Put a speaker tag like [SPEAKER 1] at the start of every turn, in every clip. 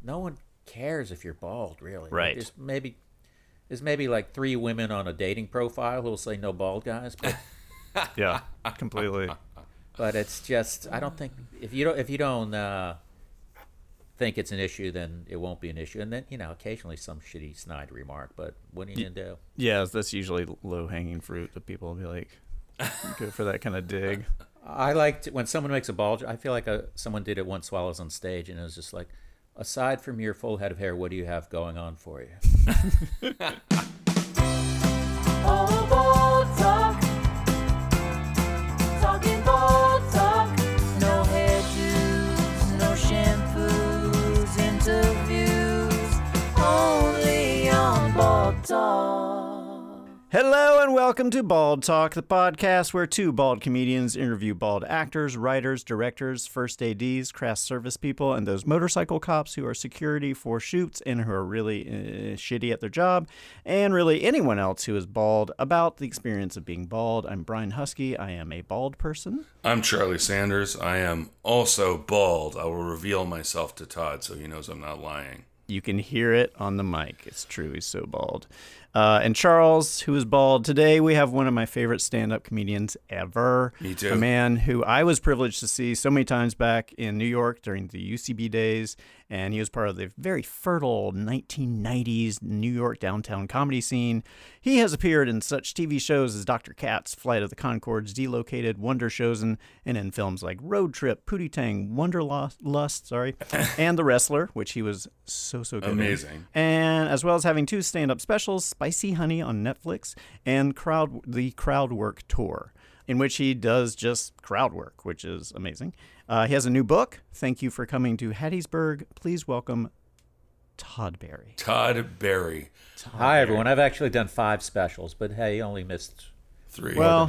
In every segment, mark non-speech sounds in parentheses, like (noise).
[SPEAKER 1] no one cares if you're bald, really. Like,
[SPEAKER 2] Right.
[SPEAKER 1] There's maybe there's maybe like three women on a dating profile who'll say no bald guys, but,
[SPEAKER 2] (laughs) Yeah, completely.
[SPEAKER 1] but it's just I don't think if you don't if you don't uh, think it's an issue, then it won't be an issue. And then you know occasionally some shitty snide remark, but what are you gonna do?
[SPEAKER 2] Yeah, that's usually low hanging fruit that people will be like, go for that kind of dig. (laughs)
[SPEAKER 1] I like to, when someone makes a ball. jo- I feel like a, someone did it once while I was on stage, and it was just like, aside from your full head of hair, what do you have going on for you?
[SPEAKER 3] All ball talk. Talking ball talk. No hairdos, no shampoos, interviews. Only on ball talk.
[SPEAKER 2] Hello and welcome to Bald Talk, the podcast where two bald comedians interview bald actors, writers, directors, first ADs, craft service people, and those motorcycle cops who are security for shoots and who are really uh, shitty at their job, and really anyone else who is bald about the experience of being bald. I'm Brian Husky. I am a bald person.
[SPEAKER 4] I'm Charlie Sanders. I am also bald. I will reveal myself to Todd so he knows I'm not lying.
[SPEAKER 2] You can hear it on the mic. It's true. He's so bald. Uh, and Charles, who is bald today, we have one of my favorite stand up comedians ever.
[SPEAKER 4] Me too.
[SPEAKER 2] A man who I was privileged to see so many times back in New York during the UCB days. And he was part of the very fertile 1990s New York downtown comedy scene. He has appeared in such TV shows as Dr. Katz, Flight of the Concords, Delocated, Wonder Chosen, and in films like Road Trip, Pootie Tang, Wonderlust, sorry, and The Wrestler, which he was so, so good in.
[SPEAKER 4] Amazing.
[SPEAKER 2] And as well as having two stand-up specials, Spicy Honey on Netflix and Crowd the Crowd Work Tour, in which he does just crowd work, which is amazing. Uh, he has a new book. Thank you for coming to Hattiesburg. Please welcome Todd Berry.
[SPEAKER 4] Todd Berry.
[SPEAKER 1] Hi everyone. I've actually done five specials, but hey, you only missed.
[SPEAKER 4] Three.
[SPEAKER 2] Well,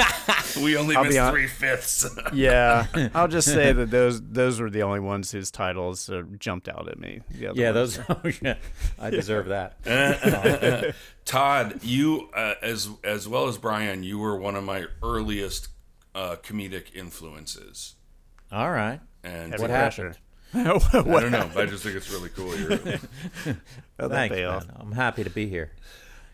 [SPEAKER 1] (laughs)
[SPEAKER 4] we only
[SPEAKER 2] I'll be
[SPEAKER 4] missed
[SPEAKER 2] hon-
[SPEAKER 4] three fifths. (laughs)
[SPEAKER 1] (laughs)
[SPEAKER 2] yeah, I'll just say that those those were the only ones whose titles uh, jumped out at me. The other
[SPEAKER 1] Yeah,
[SPEAKER 2] ones-
[SPEAKER 1] those. (laughs) Oh, yeah, I deserve that.
[SPEAKER 4] Todd, you uh, as as well as Brian, you were one of my earliest uh, comedic influences.
[SPEAKER 1] All right.
[SPEAKER 4] And
[SPEAKER 1] What
[SPEAKER 2] pressure.
[SPEAKER 1] happened?
[SPEAKER 2] (laughs)
[SPEAKER 4] I don't know, but I just think it's really cool. You're-
[SPEAKER 2] Oh, that
[SPEAKER 1] Thanks,
[SPEAKER 2] payoff.
[SPEAKER 1] man. I'm happy to be here.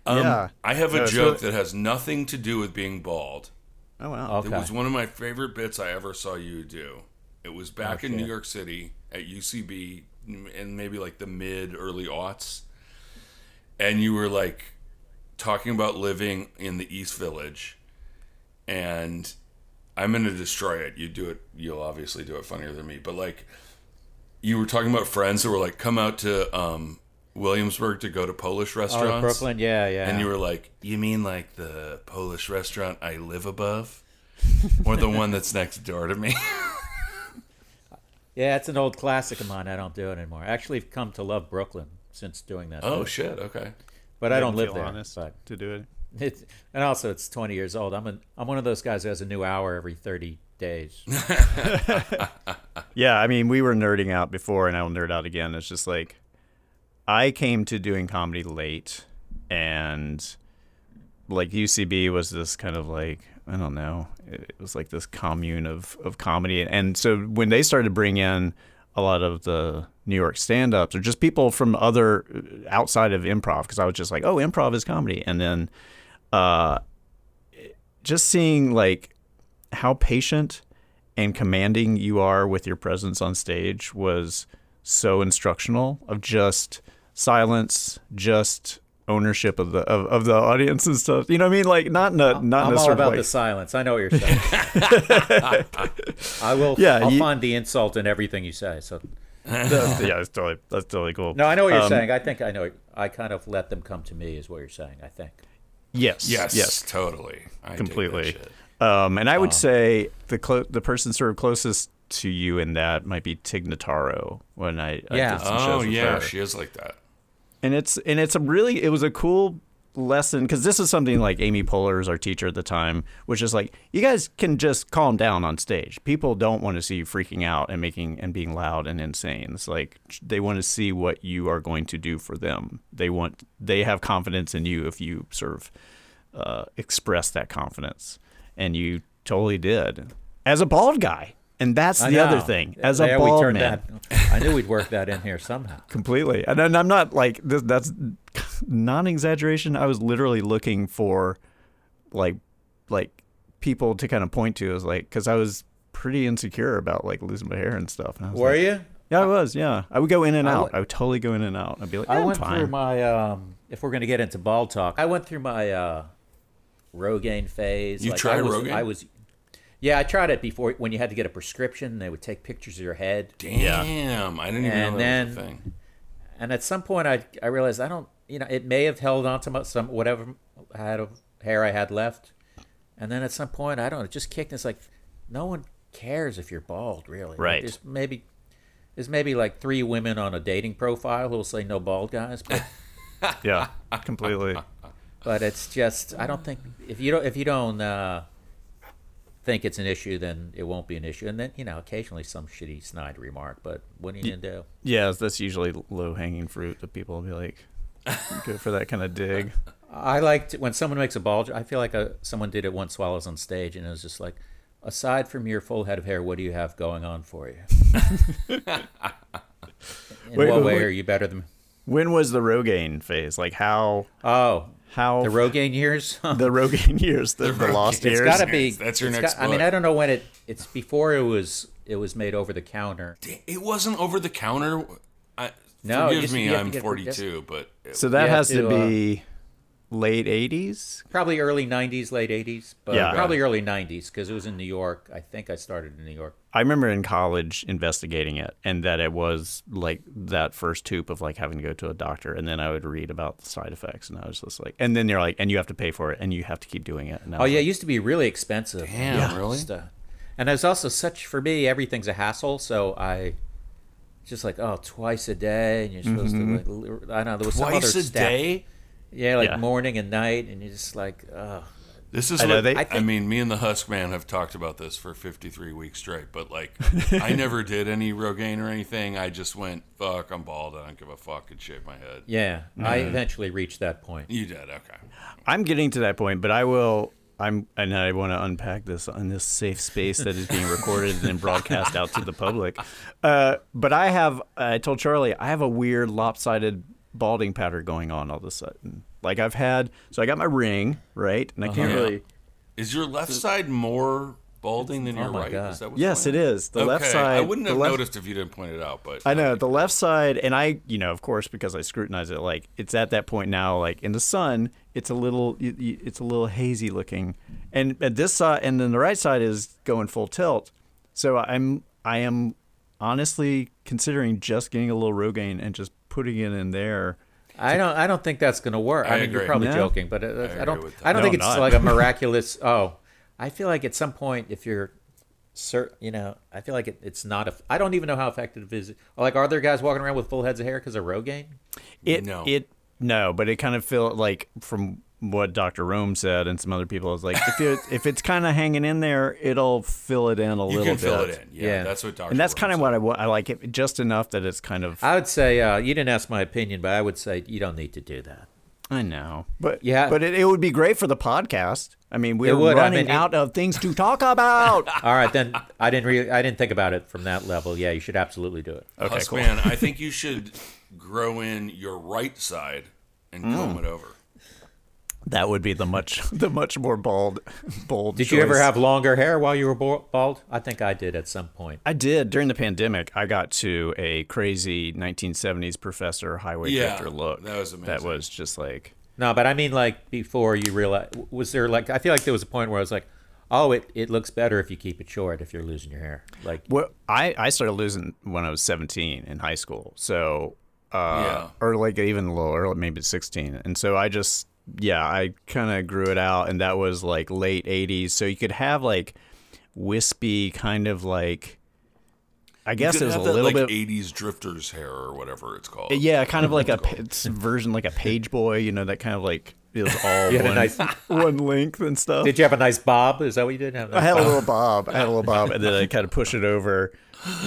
[SPEAKER 4] Um,
[SPEAKER 2] Yeah.
[SPEAKER 4] I have a
[SPEAKER 2] No, so-
[SPEAKER 4] joke that has nothing to do with being bald.
[SPEAKER 2] Oh wow.
[SPEAKER 1] Okay.
[SPEAKER 4] It was one of my favorite bits I ever saw you do. It was
[SPEAKER 1] Oh,
[SPEAKER 4] back in New York City at UCB in maybe like the mid early aughts. And you were like talking about living in the East Village. And I'm going to destroy it. You do it, you'll obviously do it funnier than me. But like, you were talking about friends that were like, come out to um, Williamsburg to go to Polish
[SPEAKER 1] Oh,
[SPEAKER 4] restaurants.
[SPEAKER 1] in Brooklyn. Yeah, yeah.
[SPEAKER 4] And you were like, "You mean like the Polish restaurant I live above, or the one that's next door
[SPEAKER 1] (laughs)
[SPEAKER 4] to me?"
[SPEAKER 1] yeah, it's an old classic of mine. I don't do it anymore. Actually, I've come to love Brooklyn since doing that.
[SPEAKER 4] oh
[SPEAKER 1] too.
[SPEAKER 4] shit! Okay.
[SPEAKER 1] but I don't live
[SPEAKER 2] Feel
[SPEAKER 1] there.
[SPEAKER 2] honest
[SPEAKER 1] But
[SPEAKER 2] to do it.
[SPEAKER 1] It's, and also, it's 20 years old. I'm an, I'm one of those guys who has a new hour every 30
[SPEAKER 2] (laughs)
[SPEAKER 1] days.
[SPEAKER 2] Yeah, I mean, we were nerding out before, and I'll nerd out again. It's just like I came to doing comedy late, and like UCB was this kind of like I don't know, it it was like this commune of of comedy, and so when they started to bring in a lot of the New York stand-ups or just people from other uh, outside of improv, because I was just like, oh, improv is comedy, and then uh, just seeing like how patient and commanding you are with your presence on stage was so instructional of just silence, just ownership of the of, of the audience and stuff. You know what I mean? Like not in a not in
[SPEAKER 1] I'm
[SPEAKER 2] a
[SPEAKER 1] all
[SPEAKER 2] sort
[SPEAKER 1] about the
[SPEAKER 2] of like,
[SPEAKER 1] silence. I know what
[SPEAKER 2] (laughs)
[SPEAKER 1] you're saying. I will.
[SPEAKER 2] Yeah,
[SPEAKER 1] I'll
[SPEAKER 2] you-
[SPEAKER 1] find the insult in everything you say. So
[SPEAKER 2] that's, (laughs) yeah, that's totally that's totally cool.
[SPEAKER 1] no, I know what you're
[SPEAKER 2] Um,
[SPEAKER 1] saying. I think I know. I kind of let them come to me, is what you're saying. I think.
[SPEAKER 2] Yes.
[SPEAKER 4] Yes.
[SPEAKER 2] Yes.
[SPEAKER 4] Totally. I dig that
[SPEAKER 2] completely.
[SPEAKER 4] shit.
[SPEAKER 2] Um, and I would say the clo- the person sort of closest to you in that might be Tig Notaro when I, I
[SPEAKER 1] Yeah.
[SPEAKER 2] did some shows
[SPEAKER 4] Oh
[SPEAKER 2] with
[SPEAKER 4] yeah,
[SPEAKER 2] her.
[SPEAKER 4] she is like that.
[SPEAKER 2] and it's and it's a really it was a cool lesson because this is something like Amy Poehler is our teacher at the time, which is like you guys can just calm down on stage. People don't want to see you freaking out and making and being loud and insane. It's like they want to see what you are going to do for them. They want they have confidence in you if you sort of uh, express that confidence, and you totally did as a bald guy. And that's
[SPEAKER 1] I
[SPEAKER 2] the other
[SPEAKER 1] know.
[SPEAKER 2] thing. As
[SPEAKER 1] There
[SPEAKER 2] a
[SPEAKER 1] we
[SPEAKER 2] bald
[SPEAKER 1] turned
[SPEAKER 2] man,
[SPEAKER 1] That, I knew we'd work that in here
[SPEAKER 4] (laughs)
[SPEAKER 1] somehow.
[SPEAKER 2] completely. And, and I'm not like this, that's non exaggeration. I was literally looking for like like people to kind of point to as like because I was pretty insecure about like losing my hair and stuff. And I was
[SPEAKER 1] Were
[SPEAKER 2] like,
[SPEAKER 1] you?
[SPEAKER 2] Yeah, I was. Yeah, I would go in and
[SPEAKER 1] I
[SPEAKER 2] out.
[SPEAKER 1] went-
[SPEAKER 2] I would totally go in and out. I'd be like, yeah,
[SPEAKER 1] I went
[SPEAKER 2] I'm fine.
[SPEAKER 1] through my um if we're gonna get into ball talk, I went through my uh Rogaine phase.
[SPEAKER 4] You
[SPEAKER 1] like
[SPEAKER 4] tried
[SPEAKER 1] I was,
[SPEAKER 4] Rogaine?
[SPEAKER 1] I was Yeah, I tried it before when you had to get a prescription, they would take pictures of your head.
[SPEAKER 4] Damn, I didn't even
[SPEAKER 1] And
[SPEAKER 4] know that was a
[SPEAKER 1] then-
[SPEAKER 4] thing.
[SPEAKER 1] And at some point I I realized I don't you know, it may have held on to my, some whatever I had of hair I had left. And then at some point I don't know, it just kicked and it's like no one cares if you're bald, really. Like,
[SPEAKER 2] Right.
[SPEAKER 1] there's maybe there's maybe like three women on a dating profile who'll say no bald guys, but (laughs)
[SPEAKER 2] yeah, completely.
[SPEAKER 1] but it's just I don't think if you don't if you don't uh, think it's an issue, then it won't be an issue. And then you know, occasionally some shitty snide remark, but what are you gonna do?
[SPEAKER 2] Yeah, that's usually low hanging fruit that people will be like, go for that kind
[SPEAKER 1] (laughs)
[SPEAKER 2] of dig.
[SPEAKER 1] I like to, when someone makes a ball. jo- I feel like a, someone did it once while I was on stage, and it was just like, aside from your full head of hair, what do you have going on for you? (laughs) In what
[SPEAKER 2] Wait, wait,
[SPEAKER 1] way
[SPEAKER 2] wait.
[SPEAKER 1] are you better than?
[SPEAKER 2] When was the Rogaine phase? Like how
[SPEAKER 1] Oh,
[SPEAKER 2] how
[SPEAKER 1] the Rogaine years. (laughs)
[SPEAKER 2] the Rogaine (laughs) years, the, the, lost
[SPEAKER 4] It's
[SPEAKER 2] years.
[SPEAKER 1] It's gotta be.
[SPEAKER 4] That's your
[SPEAKER 1] it's
[SPEAKER 4] next
[SPEAKER 1] I mean,
[SPEAKER 4] book.
[SPEAKER 1] I don't know when it. It's before it was. It was made over the counter.
[SPEAKER 4] It wasn't over the counter. I,
[SPEAKER 1] No, you
[SPEAKER 4] forgive
[SPEAKER 1] just- you
[SPEAKER 4] me,
[SPEAKER 1] have to
[SPEAKER 4] I'm
[SPEAKER 1] get-
[SPEAKER 4] 42, but it-
[SPEAKER 2] so that
[SPEAKER 1] Yeah,
[SPEAKER 2] has to,
[SPEAKER 1] to, uh,
[SPEAKER 2] be late eighties.
[SPEAKER 1] probably early 90s late 80s but
[SPEAKER 2] Yeah.
[SPEAKER 1] probably early 90s because it was in new york i think i started in new york
[SPEAKER 2] I remember in college investigating it, and that it was like that first hoop of like having to go to a doctor, and then I would read about the side effects, and I was just like, and then they're like, and you have to pay for it, and you have to keep doing it. And I
[SPEAKER 1] oh
[SPEAKER 2] was
[SPEAKER 1] yeah it
[SPEAKER 2] like,
[SPEAKER 1] used to be really expensive
[SPEAKER 4] Damn,
[SPEAKER 1] Yeah.
[SPEAKER 4] really?
[SPEAKER 1] Just, uh, and there's also such for me everything's a hassle so i just like oh twice a day and you're supposed to like l- i don't know there was some other
[SPEAKER 4] Mm-hmm. twice a
[SPEAKER 1] step-
[SPEAKER 4] day.
[SPEAKER 1] yeah like
[SPEAKER 2] Yeah.
[SPEAKER 1] morning and night and you're just like oh
[SPEAKER 4] This is
[SPEAKER 2] I know
[SPEAKER 4] what
[SPEAKER 2] they-
[SPEAKER 4] I,
[SPEAKER 2] I
[SPEAKER 1] think-
[SPEAKER 4] mean. Me and the Husk Man have talked about this for 53 weeks straight, but like,
[SPEAKER 2] (laughs)
[SPEAKER 4] I never did any Rogaine or anything. I just went, fuck, I'm bald. I don't give a fuck and shave my head.
[SPEAKER 1] yeah i
[SPEAKER 4] Mm-hmm.
[SPEAKER 1] eventually reached that point
[SPEAKER 4] You did, okay.
[SPEAKER 2] I'm getting to that point, but I will. I'm and I want to unpack this on this safe space that is being recorded and then broadcast out to the public. Uh, but I have. I told Charlie I have a weird lopsided balding pattern going on all of a sudden. Like I've had. So I got my ring right, and I can't
[SPEAKER 4] Uh-huh.
[SPEAKER 2] really.
[SPEAKER 4] Is your left side more balding than your
[SPEAKER 1] my
[SPEAKER 4] right?
[SPEAKER 1] God.
[SPEAKER 4] Is that what's
[SPEAKER 2] oh Yes, it
[SPEAKER 4] going on?
[SPEAKER 2] is the left
[SPEAKER 4] Okay,
[SPEAKER 2] side.
[SPEAKER 4] I wouldn't
[SPEAKER 2] the
[SPEAKER 4] have
[SPEAKER 2] left-
[SPEAKER 4] noticed if you didn't point it out, but
[SPEAKER 2] I know the left side, and I, you know, of course, because I scrutinize it, like it's at that point now, like in the sun, it's a little, y- y- it's a little hazy looking, and at this side, and then the right side is going full tilt. So I'm, I am, honestly considering just getting a little Rogaine and just putting it in there.
[SPEAKER 1] I don't. I don't think that's going to work. I,
[SPEAKER 4] I
[SPEAKER 1] mean, you're
[SPEAKER 4] agree.
[SPEAKER 1] probably
[SPEAKER 2] No.
[SPEAKER 1] joking, but uh, I,
[SPEAKER 4] agree
[SPEAKER 1] don't.
[SPEAKER 4] with that.
[SPEAKER 1] I don't
[SPEAKER 2] No,
[SPEAKER 1] think it's
[SPEAKER 2] I'm not.
[SPEAKER 1] like
[SPEAKER 2] (laughs)
[SPEAKER 1] a miraculous. Oh, I feel like at some point, if you're, cer you know, I feel like it, it's not. A, I don't even know how effective it is. Like, are there guys walking around with full heads of hair because of Rogaine?
[SPEAKER 2] It,
[SPEAKER 4] No.
[SPEAKER 2] it, no, but it kind of felt like from what Dr. Rome said and some other people, is like if it, if it's kind of hanging in there, it'll fill it in a
[SPEAKER 4] you
[SPEAKER 2] little
[SPEAKER 4] can
[SPEAKER 2] bit.
[SPEAKER 4] fill it in. Yeah,
[SPEAKER 1] Yeah.
[SPEAKER 4] that's what Dr.
[SPEAKER 2] And that's kind of
[SPEAKER 4] Rhodes
[SPEAKER 2] what I, wa- I like it just enough that it's kind of
[SPEAKER 1] I would say uh, you didn't ask my opinion, but I would say you don't need to do that.
[SPEAKER 2] I know, but
[SPEAKER 1] Yeah.
[SPEAKER 2] but it, it would be great for the podcast. I mean, we're
[SPEAKER 1] It would, I
[SPEAKER 2] running
[SPEAKER 1] mean, it-
[SPEAKER 2] out of things to talk about.
[SPEAKER 1] All right, then I didn't. Re- I didn't think about it from that level. Yeah, you should absolutely do it.
[SPEAKER 4] said.
[SPEAKER 2] Okay,
[SPEAKER 4] Husk
[SPEAKER 2] cool.
[SPEAKER 4] Man, I
[SPEAKER 2] (laughs)
[SPEAKER 4] think you should grow in your right side and
[SPEAKER 2] Mm.
[SPEAKER 4] comb it over.
[SPEAKER 2] (laughs) that would be the much (laughs) the much more bold bold.
[SPEAKER 1] Did you ever
[SPEAKER 2] choice.
[SPEAKER 1] have longer hair while you were bo- bald? I think I did at some point.
[SPEAKER 2] I did during the pandemic. I got to a crazy 1970s professor highway
[SPEAKER 4] Yeah,
[SPEAKER 2] drifter look.
[SPEAKER 4] that was
[SPEAKER 2] That
[SPEAKER 4] amazing.
[SPEAKER 2] was just like
[SPEAKER 1] No, but I mean, like before you realize, was there like I feel like there was a point where I was like, oh, it, it looks better if you keep it short if you're losing your hair. Like,
[SPEAKER 2] well, I I started losing when I was 17 in high school. So uh,
[SPEAKER 4] Yeah.
[SPEAKER 2] or like even lower, maybe 16. And so I just, yeah, I kind of grew it out, and that was like late 80s. So you could have like wispy, kind of like, I guess
[SPEAKER 4] You
[SPEAKER 2] it
[SPEAKER 4] could
[SPEAKER 2] was a
[SPEAKER 4] have that,
[SPEAKER 2] little
[SPEAKER 4] like,
[SPEAKER 2] bit. eh,
[SPEAKER 4] 80s drifters hair or whatever it's called.
[SPEAKER 2] Yeah, kind of like
[SPEAKER 4] (laughs)
[SPEAKER 2] a pa- it's a version like a page boy, you know, that kind of like is all
[SPEAKER 1] You had a
[SPEAKER 2] one,
[SPEAKER 1] nice-
[SPEAKER 2] (laughs) one length and stuff.
[SPEAKER 1] did you have a nice bob? Is that what you did? Have a
[SPEAKER 2] I
[SPEAKER 1] nice
[SPEAKER 2] had a
[SPEAKER 1] bob? (laughs)
[SPEAKER 2] little bob. I had a little bob, and then I kind of push it over.